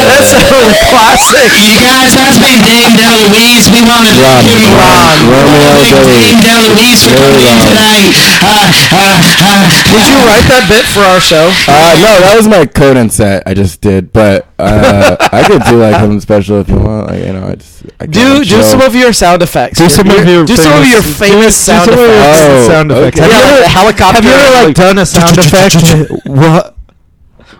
[SPEAKER 5] That's a classic.
[SPEAKER 14] You guys, that's been Dame DeLuise. We want to
[SPEAKER 3] Ron,
[SPEAKER 14] thank you,
[SPEAKER 3] Ron, Romeo
[SPEAKER 14] Thank Dame
[SPEAKER 3] DeLuise.
[SPEAKER 14] DeLuise for
[SPEAKER 3] Very
[SPEAKER 14] coming in
[SPEAKER 3] Ron.
[SPEAKER 14] tonight. Uh, uh, uh,
[SPEAKER 5] Did you write that bit for our show?
[SPEAKER 3] Uh, no, that was my Conan set I just did, but uh, I could do like something special if you want. Like, you know, I just I
[SPEAKER 5] Do do some of your sound effects.
[SPEAKER 4] Do some of your
[SPEAKER 5] do some of
[SPEAKER 4] famous-
[SPEAKER 5] your
[SPEAKER 4] do
[SPEAKER 5] famous
[SPEAKER 4] some
[SPEAKER 5] sound
[SPEAKER 4] of your
[SPEAKER 5] effects.
[SPEAKER 3] Oh,
[SPEAKER 4] sound effects.
[SPEAKER 3] okay.
[SPEAKER 4] Have
[SPEAKER 5] Yeah,
[SPEAKER 4] you
[SPEAKER 5] like
[SPEAKER 4] ever-
[SPEAKER 5] the helicopter.
[SPEAKER 4] Have you ever like done a sound effect? What?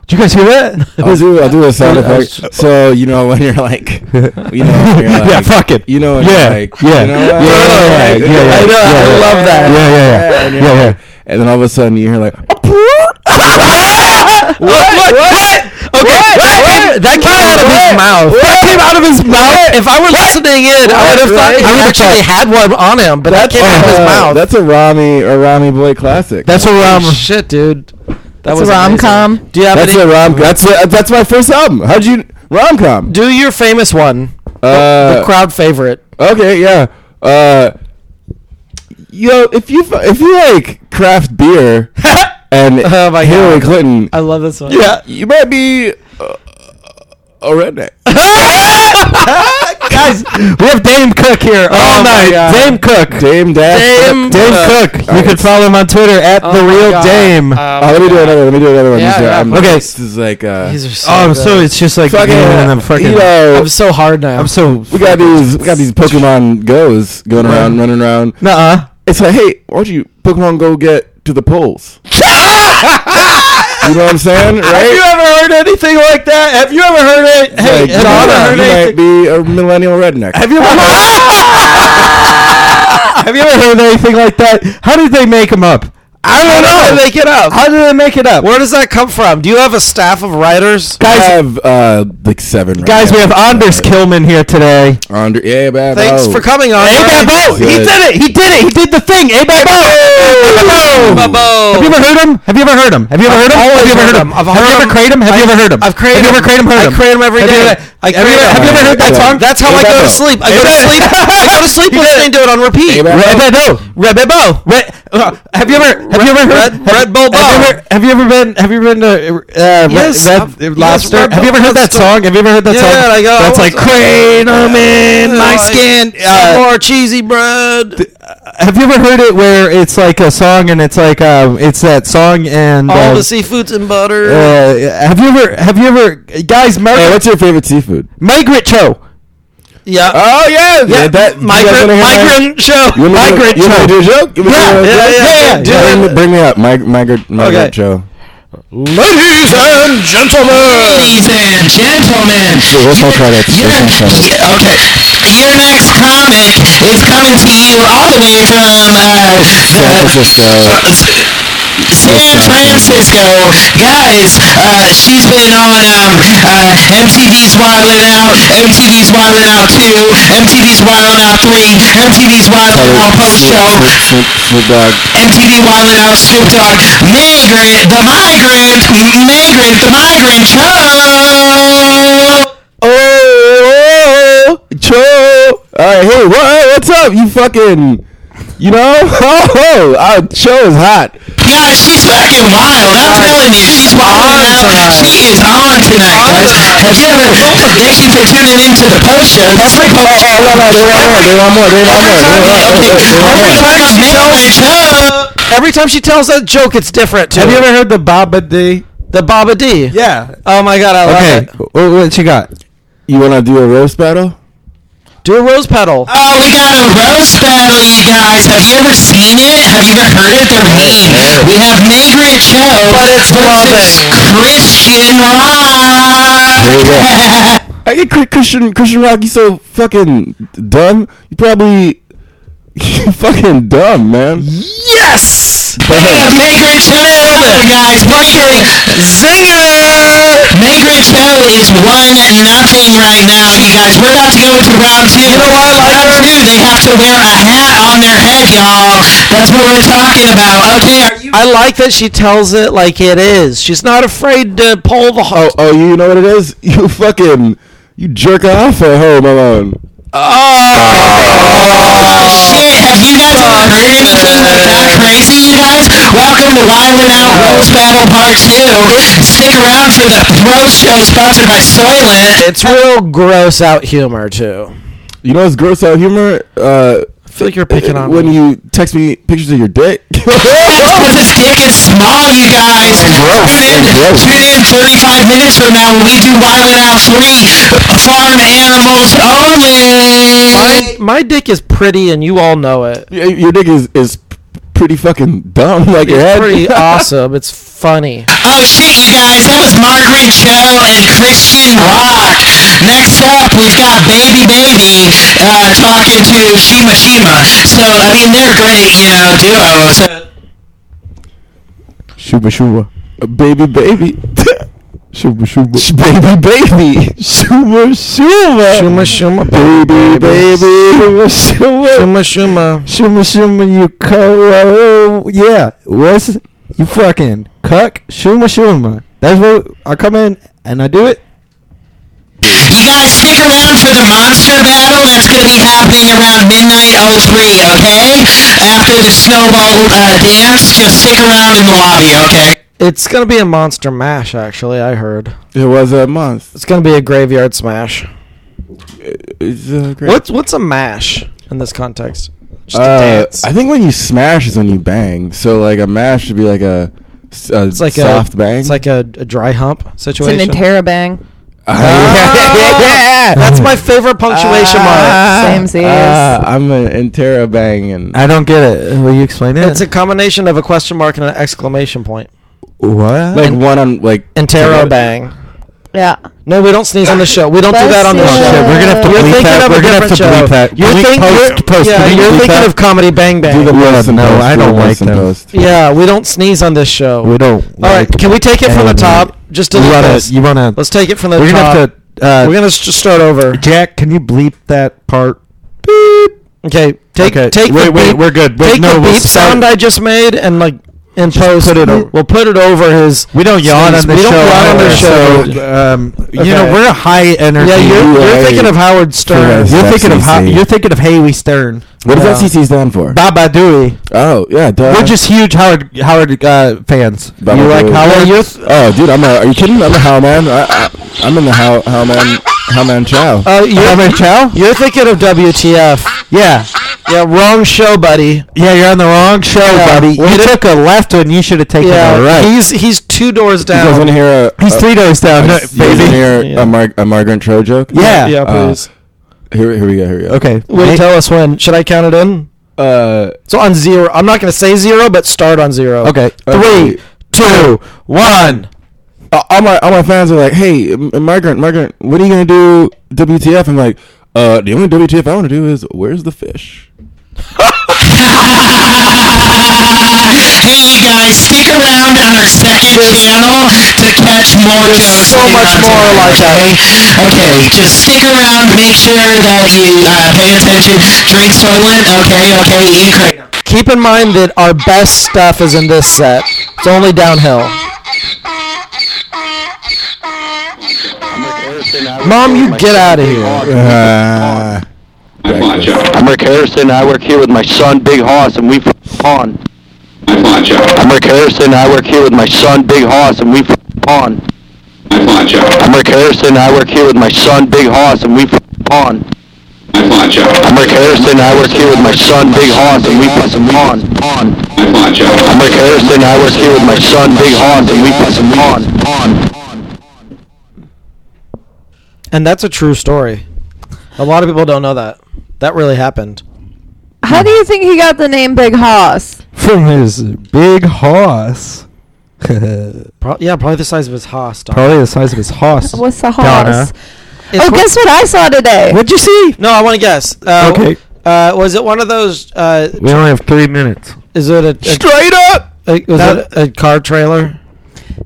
[SPEAKER 4] Did you guys hear that?
[SPEAKER 3] I'll do I'll do a sound
[SPEAKER 4] Uh,
[SPEAKER 3] effect. Oh, So you know when you're like, you know, when you're like,
[SPEAKER 4] Yeah, fuck it.
[SPEAKER 3] You know, when
[SPEAKER 4] Yeah,
[SPEAKER 3] you're like,
[SPEAKER 4] yeah,
[SPEAKER 3] you know what?
[SPEAKER 4] yeah, yeah,
[SPEAKER 3] Like,
[SPEAKER 4] yeah, yeah,
[SPEAKER 3] I know,
[SPEAKER 4] yeah,
[SPEAKER 3] I
[SPEAKER 4] yeah.
[SPEAKER 3] love that.
[SPEAKER 4] Yeah, yeah, yeah.
[SPEAKER 3] and you're
[SPEAKER 4] Yeah,
[SPEAKER 3] like-
[SPEAKER 4] yeah.
[SPEAKER 3] And then all of a sudden you hear like, what?
[SPEAKER 5] What? What? Okay. What? that, that came out of his mouth. That came out of his mouth. If I were listening in, I would have thought
[SPEAKER 3] Right?
[SPEAKER 5] I would have actually had one on him, but that came out of his
[SPEAKER 3] uh,
[SPEAKER 5] mouth.
[SPEAKER 3] That's a Rami a Rami Boy classic.
[SPEAKER 5] That's a rom.
[SPEAKER 3] Holy
[SPEAKER 5] Shit, dude. That
[SPEAKER 3] That's
[SPEAKER 5] was
[SPEAKER 3] a
[SPEAKER 5] amazing.
[SPEAKER 9] rom-com.
[SPEAKER 5] Do you have
[SPEAKER 3] that's
[SPEAKER 5] any?
[SPEAKER 3] a rom. That's a, that's my first album. How'd you rom com?
[SPEAKER 5] Do your famous one.
[SPEAKER 3] Uh,
[SPEAKER 5] the crowd favorite.
[SPEAKER 3] Okay, yeah. Uh, yo, if you fu- if you like craft beer and
[SPEAKER 5] Oh my
[SPEAKER 3] Hillary
[SPEAKER 5] God.
[SPEAKER 3] Clinton,
[SPEAKER 5] I love this one.
[SPEAKER 3] yeah, you might be uh, a redneck.
[SPEAKER 5] guys, we have Dame Cook here
[SPEAKER 4] Oh
[SPEAKER 5] all night. Dame Cook.
[SPEAKER 3] Dame Dash.
[SPEAKER 5] Dame,
[SPEAKER 4] Dame Cook. You can follow him on Twitter at
[SPEAKER 5] Oh
[SPEAKER 4] the
[SPEAKER 5] my
[SPEAKER 4] real
[SPEAKER 5] God. Um,
[SPEAKER 4] Dame.
[SPEAKER 3] Uh, let me do another. Let me do another one.
[SPEAKER 5] Yeah,
[SPEAKER 3] These are-
[SPEAKER 5] yeah,
[SPEAKER 3] I'm-
[SPEAKER 4] please.
[SPEAKER 3] This is like uh,
[SPEAKER 5] These are so
[SPEAKER 4] Oh,
[SPEAKER 5] good.
[SPEAKER 4] so it's just like
[SPEAKER 3] Fucking,
[SPEAKER 4] being in a fucking.
[SPEAKER 3] you know,
[SPEAKER 5] I'm so hard now.
[SPEAKER 4] I'm so.
[SPEAKER 3] we got these we got these Pokemon goes going around, running around.
[SPEAKER 4] Nuh-uh.
[SPEAKER 3] It's like, hey, why don't you Pokemon Go get to the polls? you know what I'm saying,
[SPEAKER 5] Have you
[SPEAKER 3] right?
[SPEAKER 5] ever heard anything like that? Have you ever heard it? Hey,
[SPEAKER 3] Like,
[SPEAKER 5] have you ever
[SPEAKER 3] Donna,
[SPEAKER 5] heard
[SPEAKER 3] you might
[SPEAKER 5] anything?
[SPEAKER 3] be a millennial redneck.
[SPEAKER 5] Have you ever
[SPEAKER 4] Have you ever heard anything like that? How did they make him up?
[SPEAKER 5] I don't know. How do they make it up?
[SPEAKER 4] How did they make it up?
[SPEAKER 5] Where does that come from? Do you have a staff of writers?
[SPEAKER 3] I have uh, like seven. right
[SPEAKER 4] Guys, we
[SPEAKER 3] now.
[SPEAKER 4] have Anders Kilman here today.
[SPEAKER 3] Andre. Yeah, bad. Oh.
[SPEAKER 5] Thanks
[SPEAKER 3] bro.
[SPEAKER 5] for coming on.
[SPEAKER 4] Oh. Hey, Babo! He
[SPEAKER 3] Good.
[SPEAKER 4] did it! He did it! He did the thing! Hey, Babo! Hey, Babo! Have you ever heard him? Have you ever heard him? Have you ever heard him? Have you ever heard him?
[SPEAKER 5] I've
[SPEAKER 4] Have you
[SPEAKER 5] heard
[SPEAKER 4] ever
[SPEAKER 5] him.
[SPEAKER 4] created him? Have you ever heard him?
[SPEAKER 5] I've created
[SPEAKER 4] Have you ever created him? Heard
[SPEAKER 5] I
[SPEAKER 4] him?
[SPEAKER 5] create him every
[SPEAKER 4] Have you
[SPEAKER 5] day.
[SPEAKER 4] ever-
[SPEAKER 5] I
[SPEAKER 4] have you
[SPEAKER 5] create
[SPEAKER 4] ever-
[SPEAKER 5] him.
[SPEAKER 4] Have you ever heard that
[SPEAKER 3] Yeah.
[SPEAKER 4] song?
[SPEAKER 5] That's how I go to sleep. I go to sleep. I go to sleep listening to it on repeat.
[SPEAKER 4] Rebebo.
[SPEAKER 5] Rebebo.
[SPEAKER 4] Red, uh, have you ever have you ever heard
[SPEAKER 5] Red- Red Bull
[SPEAKER 4] Have you
[SPEAKER 5] Bob.
[SPEAKER 4] ever, have you ever been have you ever been to uh, Red,
[SPEAKER 5] Yes,
[SPEAKER 4] Red
[SPEAKER 5] I've- yes,
[SPEAKER 4] Lobster?
[SPEAKER 5] Red
[SPEAKER 4] have you ever
[SPEAKER 5] Bull
[SPEAKER 4] heard that
[SPEAKER 5] Lobster.
[SPEAKER 4] song? Have you ever heard that
[SPEAKER 5] Yeah,
[SPEAKER 4] song?
[SPEAKER 5] I go, oh,
[SPEAKER 4] That's like
[SPEAKER 5] what's up?
[SPEAKER 4] kratom in my skin.
[SPEAKER 5] Some
[SPEAKER 4] Uh,
[SPEAKER 5] more cheesy bread.
[SPEAKER 4] have you ever heard it where it's like a song and it's like um it's that song and
[SPEAKER 5] All
[SPEAKER 4] uh,
[SPEAKER 5] the seafoods and butter.
[SPEAKER 4] uh, have you ever have you ever guys
[SPEAKER 3] Hey,
[SPEAKER 4] Margaret
[SPEAKER 3] Oh, what's your favorite seafood?
[SPEAKER 4] Margaret Cho
[SPEAKER 5] yeah.
[SPEAKER 3] Oh yeah, yeah. That
[SPEAKER 5] migrant migrant show.
[SPEAKER 3] You want me to-
[SPEAKER 4] Migrant
[SPEAKER 3] you want me to do a joke? You want me to
[SPEAKER 4] Yeah,
[SPEAKER 3] do a
[SPEAKER 4] yeah,
[SPEAKER 3] joke?
[SPEAKER 4] yeah, yeah,
[SPEAKER 3] Bring
[SPEAKER 4] yeah.
[SPEAKER 3] me- Bring me up, mig- migrant, migrant
[SPEAKER 5] Okay.
[SPEAKER 3] Joe.
[SPEAKER 5] Ladies and gentlemen.
[SPEAKER 14] Ladies and gentlemen,
[SPEAKER 3] Wait, where's my credits?
[SPEAKER 14] your,
[SPEAKER 3] Where's my credits?
[SPEAKER 14] okay, your next comic is coming to you all the way from uh,
[SPEAKER 3] San Francisco.
[SPEAKER 14] San Francisco, guys. um, Uh, she's been on um, uh, MTV's Wild It Out, MTV's Wild It Out Two, MTV's Wild It Out Three, MTV's Wild It Out Post Show,
[SPEAKER 3] Snoop, Snoop, Snoop Dogg.
[SPEAKER 14] MTV Wild It Out Snoop Dogg, Migrant, the Migrant, Migrant, the Migrant Show.
[SPEAKER 3] Oh, Joe. All right, hey, what, what's up? You fucking, you know? Oh, our show is hot.
[SPEAKER 14] Yeah, she's fucking wild. I'm telling you, she's wild. out. She is on tonight, guys. Have you ever? Thank you for tuning in to the post show. This is
[SPEAKER 3] Oh,
[SPEAKER 14] the post show.
[SPEAKER 3] They want more. They want more. They want more. They want more.
[SPEAKER 14] Every time I show.
[SPEAKER 5] Every time she tells that joke, it's different. Too.
[SPEAKER 4] Have you ever heard the Baba D?
[SPEAKER 5] the Baba D?
[SPEAKER 4] Yeah.
[SPEAKER 3] Uh,
[SPEAKER 5] Oh my God, I love
[SPEAKER 4] Okay.
[SPEAKER 5] it.
[SPEAKER 4] What, what you got?
[SPEAKER 3] You want to do a roast battle?
[SPEAKER 5] Do a rose petal.
[SPEAKER 14] Oh, we got a roast battle, you guys. Have you ever seen it? Have you ever heard it? They're mean. We have Migrant Show, but it's
[SPEAKER 5] loving.
[SPEAKER 14] Christian rock.
[SPEAKER 3] There you go. I get Chri- Christian Christian Rock. You so fucking dumb. You probably you fucking dumb, man.
[SPEAKER 5] Yes.
[SPEAKER 14] Yeah, Migrant Show, guys. Migrant
[SPEAKER 5] Zinger.
[SPEAKER 14] Migrant Show is one nothing right now, you guys. We're about to go into round two. You know what? Round two, they have to wear a hat on their head, y'all. That's what we're talking about. Okay, are you?
[SPEAKER 5] I like that she tells it like it is. She's not afraid to pull the.
[SPEAKER 3] Oh, oh, you know what it is? You fucking you jerk off at home alone. Oh.
[SPEAKER 5] Ah!
[SPEAKER 14] Shit, have you guys ever heard anything like that crazy, you guys? Welcome to Wildin' Out Roast Battle Part 2. Stick around for the roast show sponsored by Soylent.
[SPEAKER 5] It's real gross out humor too.
[SPEAKER 3] You know what's gross out humor? Uh,
[SPEAKER 5] I feel like you're picking on
[SPEAKER 3] when
[SPEAKER 5] me.
[SPEAKER 3] you text me pictures of your dick.
[SPEAKER 14] Because his dick is small, you guys. Tune in,
[SPEAKER 3] Oh. gross.
[SPEAKER 14] tune in 45 minutes from now when we do Wildin' Out 3. Farm animals only.
[SPEAKER 5] My, my dick is pretty, and you all know it.
[SPEAKER 3] your, your dick is is pretty fucking dumb, like your
[SPEAKER 5] It's
[SPEAKER 3] head.
[SPEAKER 5] pretty awesome. It's funny.
[SPEAKER 14] Oh shit, you guys, that was Margaret Cho and Christian Rock. Next up, we've got Baby Baby uh, talking to Shima Shima. So, I mean, they're great, you know, duo. So,
[SPEAKER 3] Shuba shuba, Uh, baby baby.
[SPEAKER 16] Schumer, Schumer.
[SPEAKER 3] Baby, baby.
[SPEAKER 16] Schumer, Schumer.
[SPEAKER 5] Shuma shuma
[SPEAKER 16] Baby, baby. Schumer,
[SPEAKER 5] shuma shuma.
[SPEAKER 16] Shuma Shuma, you co yeah. What's you fucking cuck? Shuma Shuma. That's what I come in and I do it.
[SPEAKER 14] You gotta stick around for the monster battle that's gonna be happening around midnight 03, okay? After the snowball uh, dance, just stick around in the lobby, okay?
[SPEAKER 5] It's gonna be a monster mash. Actually, I heard
[SPEAKER 3] it was a month.
[SPEAKER 5] It's gonna be a graveyard smash.
[SPEAKER 3] It's uh, great.
[SPEAKER 5] What's what's a mash in this context?
[SPEAKER 3] Uh,
[SPEAKER 5] Just a dance.
[SPEAKER 3] I think when you smash is when you bang. So like a mash should be like a, s- a
[SPEAKER 5] It's like
[SPEAKER 3] soft
[SPEAKER 5] a
[SPEAKER 3] bang.
[SPEAKER 5] It's like a, a dry hump
[SPEAKER 9] It's an
[SPEAKER 5] situation.
[SPEAKER 9] Intera bang.
[SPEAKER 5] yeah, that's my favorite
[SPEAKER 4] Ah.
[SPEAKER 5] punctuation mark.
[SPEAKER 9] Same
[SPEAKER 3] Ah, I'm an intera bang and
[SPEAKER 4] I don't get it. Will you explain it?
[SPEAKER 5] It's a combination of a question mark and an exclamation point.
[SPEAKER 4] what?
[SPEAKER 3] like one on like
[SPEAKER 5] Intero bang.
[SPEAKER 9] Yeah.
[SPEAKER 5] No, we don't sneeze on the show. We don't do that on the
[SPEAKER 9] Bless
[SPEAKER 5] show.
[SPEAKER 9] you. Shit, we're gonna have to
[SPEAKER 5] You're
[SPEAKER 4] bleep
[SPEAKER 5] thinking
[SPEAKER 4] that.
[SPEAKER 5] of a
[SPEAKER 4] We're gonna have
[SPEAKER 5] different
[SPEAKER 4] to bleep
[SPEAKER 5] show.
[SPEAKER 4] that.
[SPEAKER 5] You're
[SPEAKER 4] Bleep
[SPEAKER 5] think-
[SPEAKER 4] post-
[SPEAKER 5] you're-
[SPEAKER 4] post.
[SPEAKER 5] Yeah,
[SPEAKER 4] Can you
[SPEAKER 5] you're
[SPEAKER 4] bleep
[SPEAKER 5] thinking
[SPEAKER 4] that?
[SPEAKER 5] of comedy bang
[SPEAKER 3] Do the
[SPEAKER 5] bang.
[SPEAKER 3] worst in
[SPEAKER 4] no,
[SPEAKER 3] post,
[SPEAKER 4] I
[SPEAKER 3] do the
[SPEAKER 4] don't like
[SPEAKER 3] worst in
[SPEAKER 4] them.
[SPEAKER 3] post.
[SPEAKER 5] Yeah, we don't sneeze on this show.
[SPEAKER 4] We don't.
[SPEAKER 5] All right, can we take it from the top? Just a
[SPEAKER 4] you
[SPEAKER 5] little
[SPEAKER 4] wanna,
[SPEAKER 5] bit.
[SPEAKER 4] You wanna?
[SPEAKER 5] Let's take it from the
[SPEAKER 4] We're
[SPEAKER 5] top.
[SPEAKER 4] gonna have to. Uh,
[SPEAKER 5] We're gonna s- just start over.
[SPEAKER 4] Jack, can you bleep that part?
[SPEAKER 5] Okay, take
[SPEAKER 4] Okay,
[SPEAKER 5] take
[SPEAKER 4] wait,
[SPEAKER 5] the
[SPEAKER 4] wait,
[SPEAKER 5] beep,
[SPEAKER 4] we're good. Wait,
[SPEAKER 5] take
[SPEAKER 4] no,
[SPEAKER 5] the
[SPEAKER 4] we'll
[SPEAKER 5] beep
[SPEAKER 4] start-
[SPEAKER 5] sound I just made and like in post.
[SPEAKER 4] put it
[SPEAKER 5] we'll-
[SPEAKER 4] over.
[SPEAKER 5] We'll put it over his.
[SPEAKER 4] We don't yawn
[SPEAKER 5] sneeze.
[SPEAKER 4] on the
[SPEAKER 5] We
[SPEAKER 4] show.
[SPEAKER 5] don't yawn on the show.
[SPEAKER 4] either, So, um, you
[SPEAKER 5] Okay.
[SPEAKER 4] know, we're a high energy.
[SPEAKER 5] yeah, you're, you're
[SPEAKER 3] Right.
[SPEAKER 5] thinking of Howard Stern.
[SPEAKER 3] Correct.
[SPEAKER 4] You're thinking of Ho-
[SPEAKER 3] FCC.
[SPEAKER 4] you're thinking of Haley Stern,
[SPEAKER 3] What E
[SPEAKER 5] Yeah.
[SPEAKER 3] does FCC stand for?
[SPEAKER 4] Baba Dooey.
[SPEAKER 3] oh yeah, duh.
[SPEAKER 4] We're just huge Howard Howard uh, fans.
[SPEAKER 3] Baba
[SPEAKER 4] you like
[SPEAKER 3] Dooey.
[SPEAKER 4] Howard?
[SPEAKER 3] Oh, dude, I'm a. Are you kidding? I'm a how man. I, I, I'm in the how how man how man chow.
[SPEAKER 5] Uh,
[SPEAKER 4] Howard
[SPEAKER 5] you're,
[SPEAKER 4] Chow?
[SPEAKER 5] you're thinking of WTF.
[SPEAKER 4] Yeah,
[SPEAKER 5] Yeah, wrong show, buddy.
[SPEAKER 4] yeah, you're on the wrong show,
[SPEAKER 5] Yeah.
[SPEAKER 4] buddy.
[SPEAKER 5] Well,
[SPEAKER 4] You
[SPEAKER 5] it-
[SPEAKER 4] took a left one. You should have taken
[SPEAKER 5] Yeah,
[SPEAKER 4] a right.
[SPEAKER 5] he's he's two doors
[SPEAKER 3] You guys want
[SPEAKER 5] down.
[SPEAKER 3] to hear a?
[SPEAKER 4] He's
[SPEAKER 3] a-
[SPEAKER 4] three doors down, no,
[SPEAKER 3] You guys wanna
[SPEAKER 4] baby.
[SPEAKER 3] hear
[SPEAKER 5] Yeah.
[SPEAKER 3] a, Mar- a Margaret Cho joke?
[SPEAKER 4] Yeah.
[SPEAKER 5] yeah,
[SPEAKER 3] Uh,
[SPEAKER 5] please.
[SPEAKER 3] Here, here we go. Here we go.
[SPEAKER 4] Okay.
[SPEAKER 5] Wait,
[SPEAKER 4] Hey-
[SPEAKER 5] tell us when. Should I count it in?
[SPEAKER 3] Uh,
[SPEAKER 5] So on zero, I'm not gonna say zero, but start on zero.
[SPEAKER 4] Okay.
[SPEAKER 5] three,
[SPEAKER 3] Okay.
[SPEAKER 5] two, one.
[SPEAKER 3] uh, all my all my fans are like, "Hey, M- Margaret, Margaret, what are you gonna do? WTF?" I'm like, "Uh, the only WTF I want to do is where's the fish."
[SPEAKER 14] hey guys, stick around on our second channel to catch more jokes.
[SPEAKER 5] so
[SPEAKER 14] that did
[SPEAKER 5] much
[SPEAKER 14] not
[SPEAKER 5] more
[SPEAKER 14] tonight,
[SPEAKER 5] like that.
[SPEAKER 14] okay? Okay, just stick around. Make sure that you uh, pay attention. Drink Soylent. Okay, okay, eat Kratom.
[SPEAKER 5] Keep in mind that our best stuff is in this set. It's only downhill. Mom, you get out of here.
[SPEAKER 3] Uh,
[SPEAKER 6] My poncho.
[SPEAKER 15] I'm Rick Harrison. I work here with my son, Big Hoss, and we f- pawn.
[SPEAKER 6] My poncho.
[SPEAKER 15] I'm Rick Harrison. I work here with my son, Big Hoss, and we f- pawn.
[SPEAKER 6] My poncho.
[SPEAKER 15] I'm Rick Harrison. I work here with my son, Big Hoss, and we f- pawn.
[SPEAKER 6] My poncho.
[SPEAKER 15] I'm Rick Harrison. I work here with my son, Big Hoss, and we f- pawn. Pawn.
[SPEAKER 6] My poncho.
[SPEAKER 15] I'm Rick Harrison. I work here with my son, Big Hoss, and we f- pawn. Pawn.
[SPEAKER 5] And that's a true story. A lot of people don't know that. That really happened.
[SPEAKER 9] How do you think he got the name Big Hoss?
[SPEAKER 4] from his big hoss. Probably
[SPEAKER 5] Pro- yeah, probably the size of his hoss. dog.
[SPEAKER 4] the size of his hoss.
[SPEAKER 9] What's the
[SPEAKER 4] Donna.
[SPEAKER 9] hoss?
[SPEAKER 5] It's
[SPEAKER 9] oh,
[SPEAKER 5] wh-
[SPEAKER 9] guess what I saw today?
[SPEAKER 4] What'd you see?
[SPEAKER 5] No, I want to guess. Uh,
[SPEAKER 4] Okay.
[SPEAKER 5] Uh, was it one of those? Uh,
[SPEAKER 4] We only have three minutes.
[SPEAKER 5] is it a, a
[SPEAKER 4] Straight up.
[SPEAKER 5] a- was
[SPEAKER 4] That-
[SPEAKER 5] it a car trailer?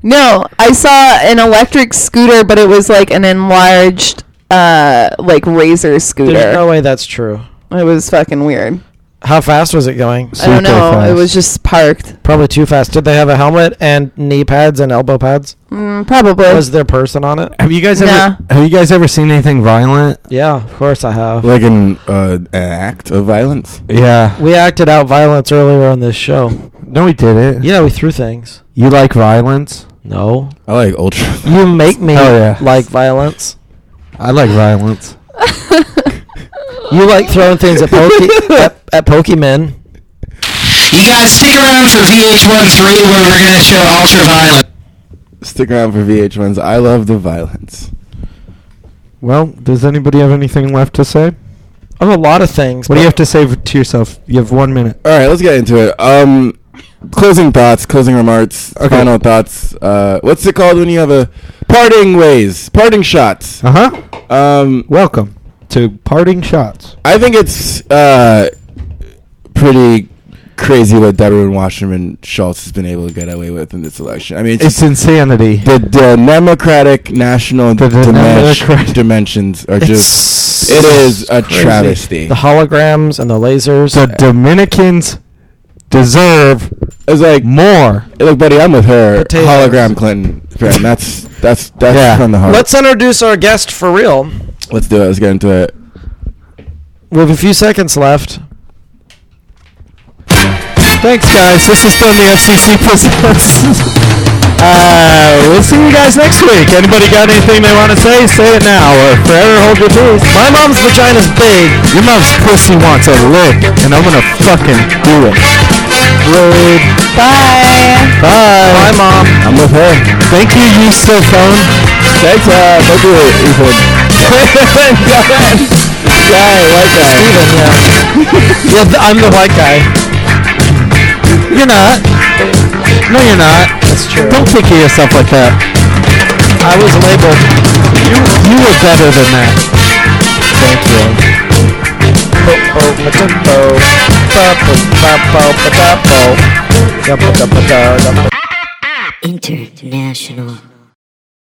[SPEAKER 9] No, I saw an electric scooter, but it was like an enlarged, uh, like razor scooter.
[SPEAKER 5] There's no way that's true.
[SPEAKER 9] It was fucking weird.
[SPEAKER 5] How fast was it going?
[SPEAKER 9] I
[SPEAKER 4] Super
[SPEAKER 9] don't know. It
[SPEAKER 4] fast.
[SPEAKER 9] was just parked.
[SPEAKER 5] Probably too fast. Did they have a helmet and knee pads and elbow pads?
[SPEAKER 9] Mm, probably.
[SPEAKER 5] Was their person on it?
[SPEAKER 4] Have you guys
[SPEAKER 9] Nah.
[SPEAKER 4] ever Have you guys ever seen anything violent?
[SPEAKER 5] Yeah, of course I have.
[SPEAKER 3] like an uh, an act of violence.
[SPEAKER 4] Yeah.
[SPEAKER 5] we acted out violence earlier on this show.
[SPEAKER 4] no, we didn't.
[SPEAKER 5] Yeah, we threw things.
[SPEAKER 4] You like violence?
[SPEAKER 5] No.
[SPEAKER 3] I like ultra.
[SPEAKER 5] You make me
[SPEAKER 4] Oh, yeah.
[SPEAKER 5] like violence.
[SPEAKER 4] I like violence.
[SPEAKER 5] You like throwing things at, poke- at, at Pokemon.
[SPEAKER 14] You guys stick around for VH1 3 where we're gonna show Ultraviolet.
[SPEAKER 3] Stick around for VH1's I Love the Violence.
[SPEAKER 4] Well, does anybody have anything left to say?
[SPEAKER 5] I have a lot of things.
[SPEAKER 4] What do you have
[SPEAKER 5] but
[SPEAKER 4] to say to yourself? You have one minute.
[SPEAKER 5] Uh,
[SPEAKER 3] All right, let's get into it. Um, closing thoughts, closing remarks,
[SPEAKER 4] Okay.
[SPEAKER 3] final thoughts. Uh, what's it called when you have a parting ways, parting shots?
[SPEAKER 4] Uh huh.
[SPEAKER 3] Um,
[SPEAKER 4] Welcome to parting shots.
[SPEAKER 3] I think it's uh, pretty crazy what Darwin Washington Schultz has been able to get away with in this election. I mean,
[SPEAKER 4] It's insanity.
[SPEAKER 3] The, the democratic national dimension- dimensions are just. It is a
[SPEAKER 17] Crazy.
[SPEAKER 3] travesty.
[SPEAKER 17] The holograms and the lasers.
[SPEAKER 4] The Dominicans deserve
[SPEAKER 3] it's like
[SPEAKER 4] more.
[SPEAKER 3] Look, buddy, I'm with her.
[SPEAKER 17] Potatoes.
[SPEAKER 3] Hologram Clinton. Friend, that's that's that's
[SPEAKER 4] Yeah.
[SPEAKER 3] from the heart.
[SPEAKER 17] Let's introduce our guest for real.
[SPEAKER 3] Let's do it. Let's get into it.
[SPEAKER 17] We have a few seconds left.
[SPEAKER 5] Thanks, guys. This has been the FCC Presents. Uh, we'll see you guys next week. Anybody got anything they want to say? Say it now or forever hold your peace. My mom's vagina's big. Your mom's pussy wants a lick, and I'm gonna fucking do it. Rude.
[SPEAKER 18] Bye.
[SPEAKER 5] Bye. Bye, mom. I'm with her. Thank you, you so phone.
[SPEAKER 3] Thanks, uh, thank you, Ethan.
[SPEAKER 5] guy, white guy. Steven, yeah. yeah, th- I'm the white guy. You're not. No, you're not. That's true. Don't think of yourself like that. I was labeled. You, you were better than that. Thank you.
[SPEAKER 1] International.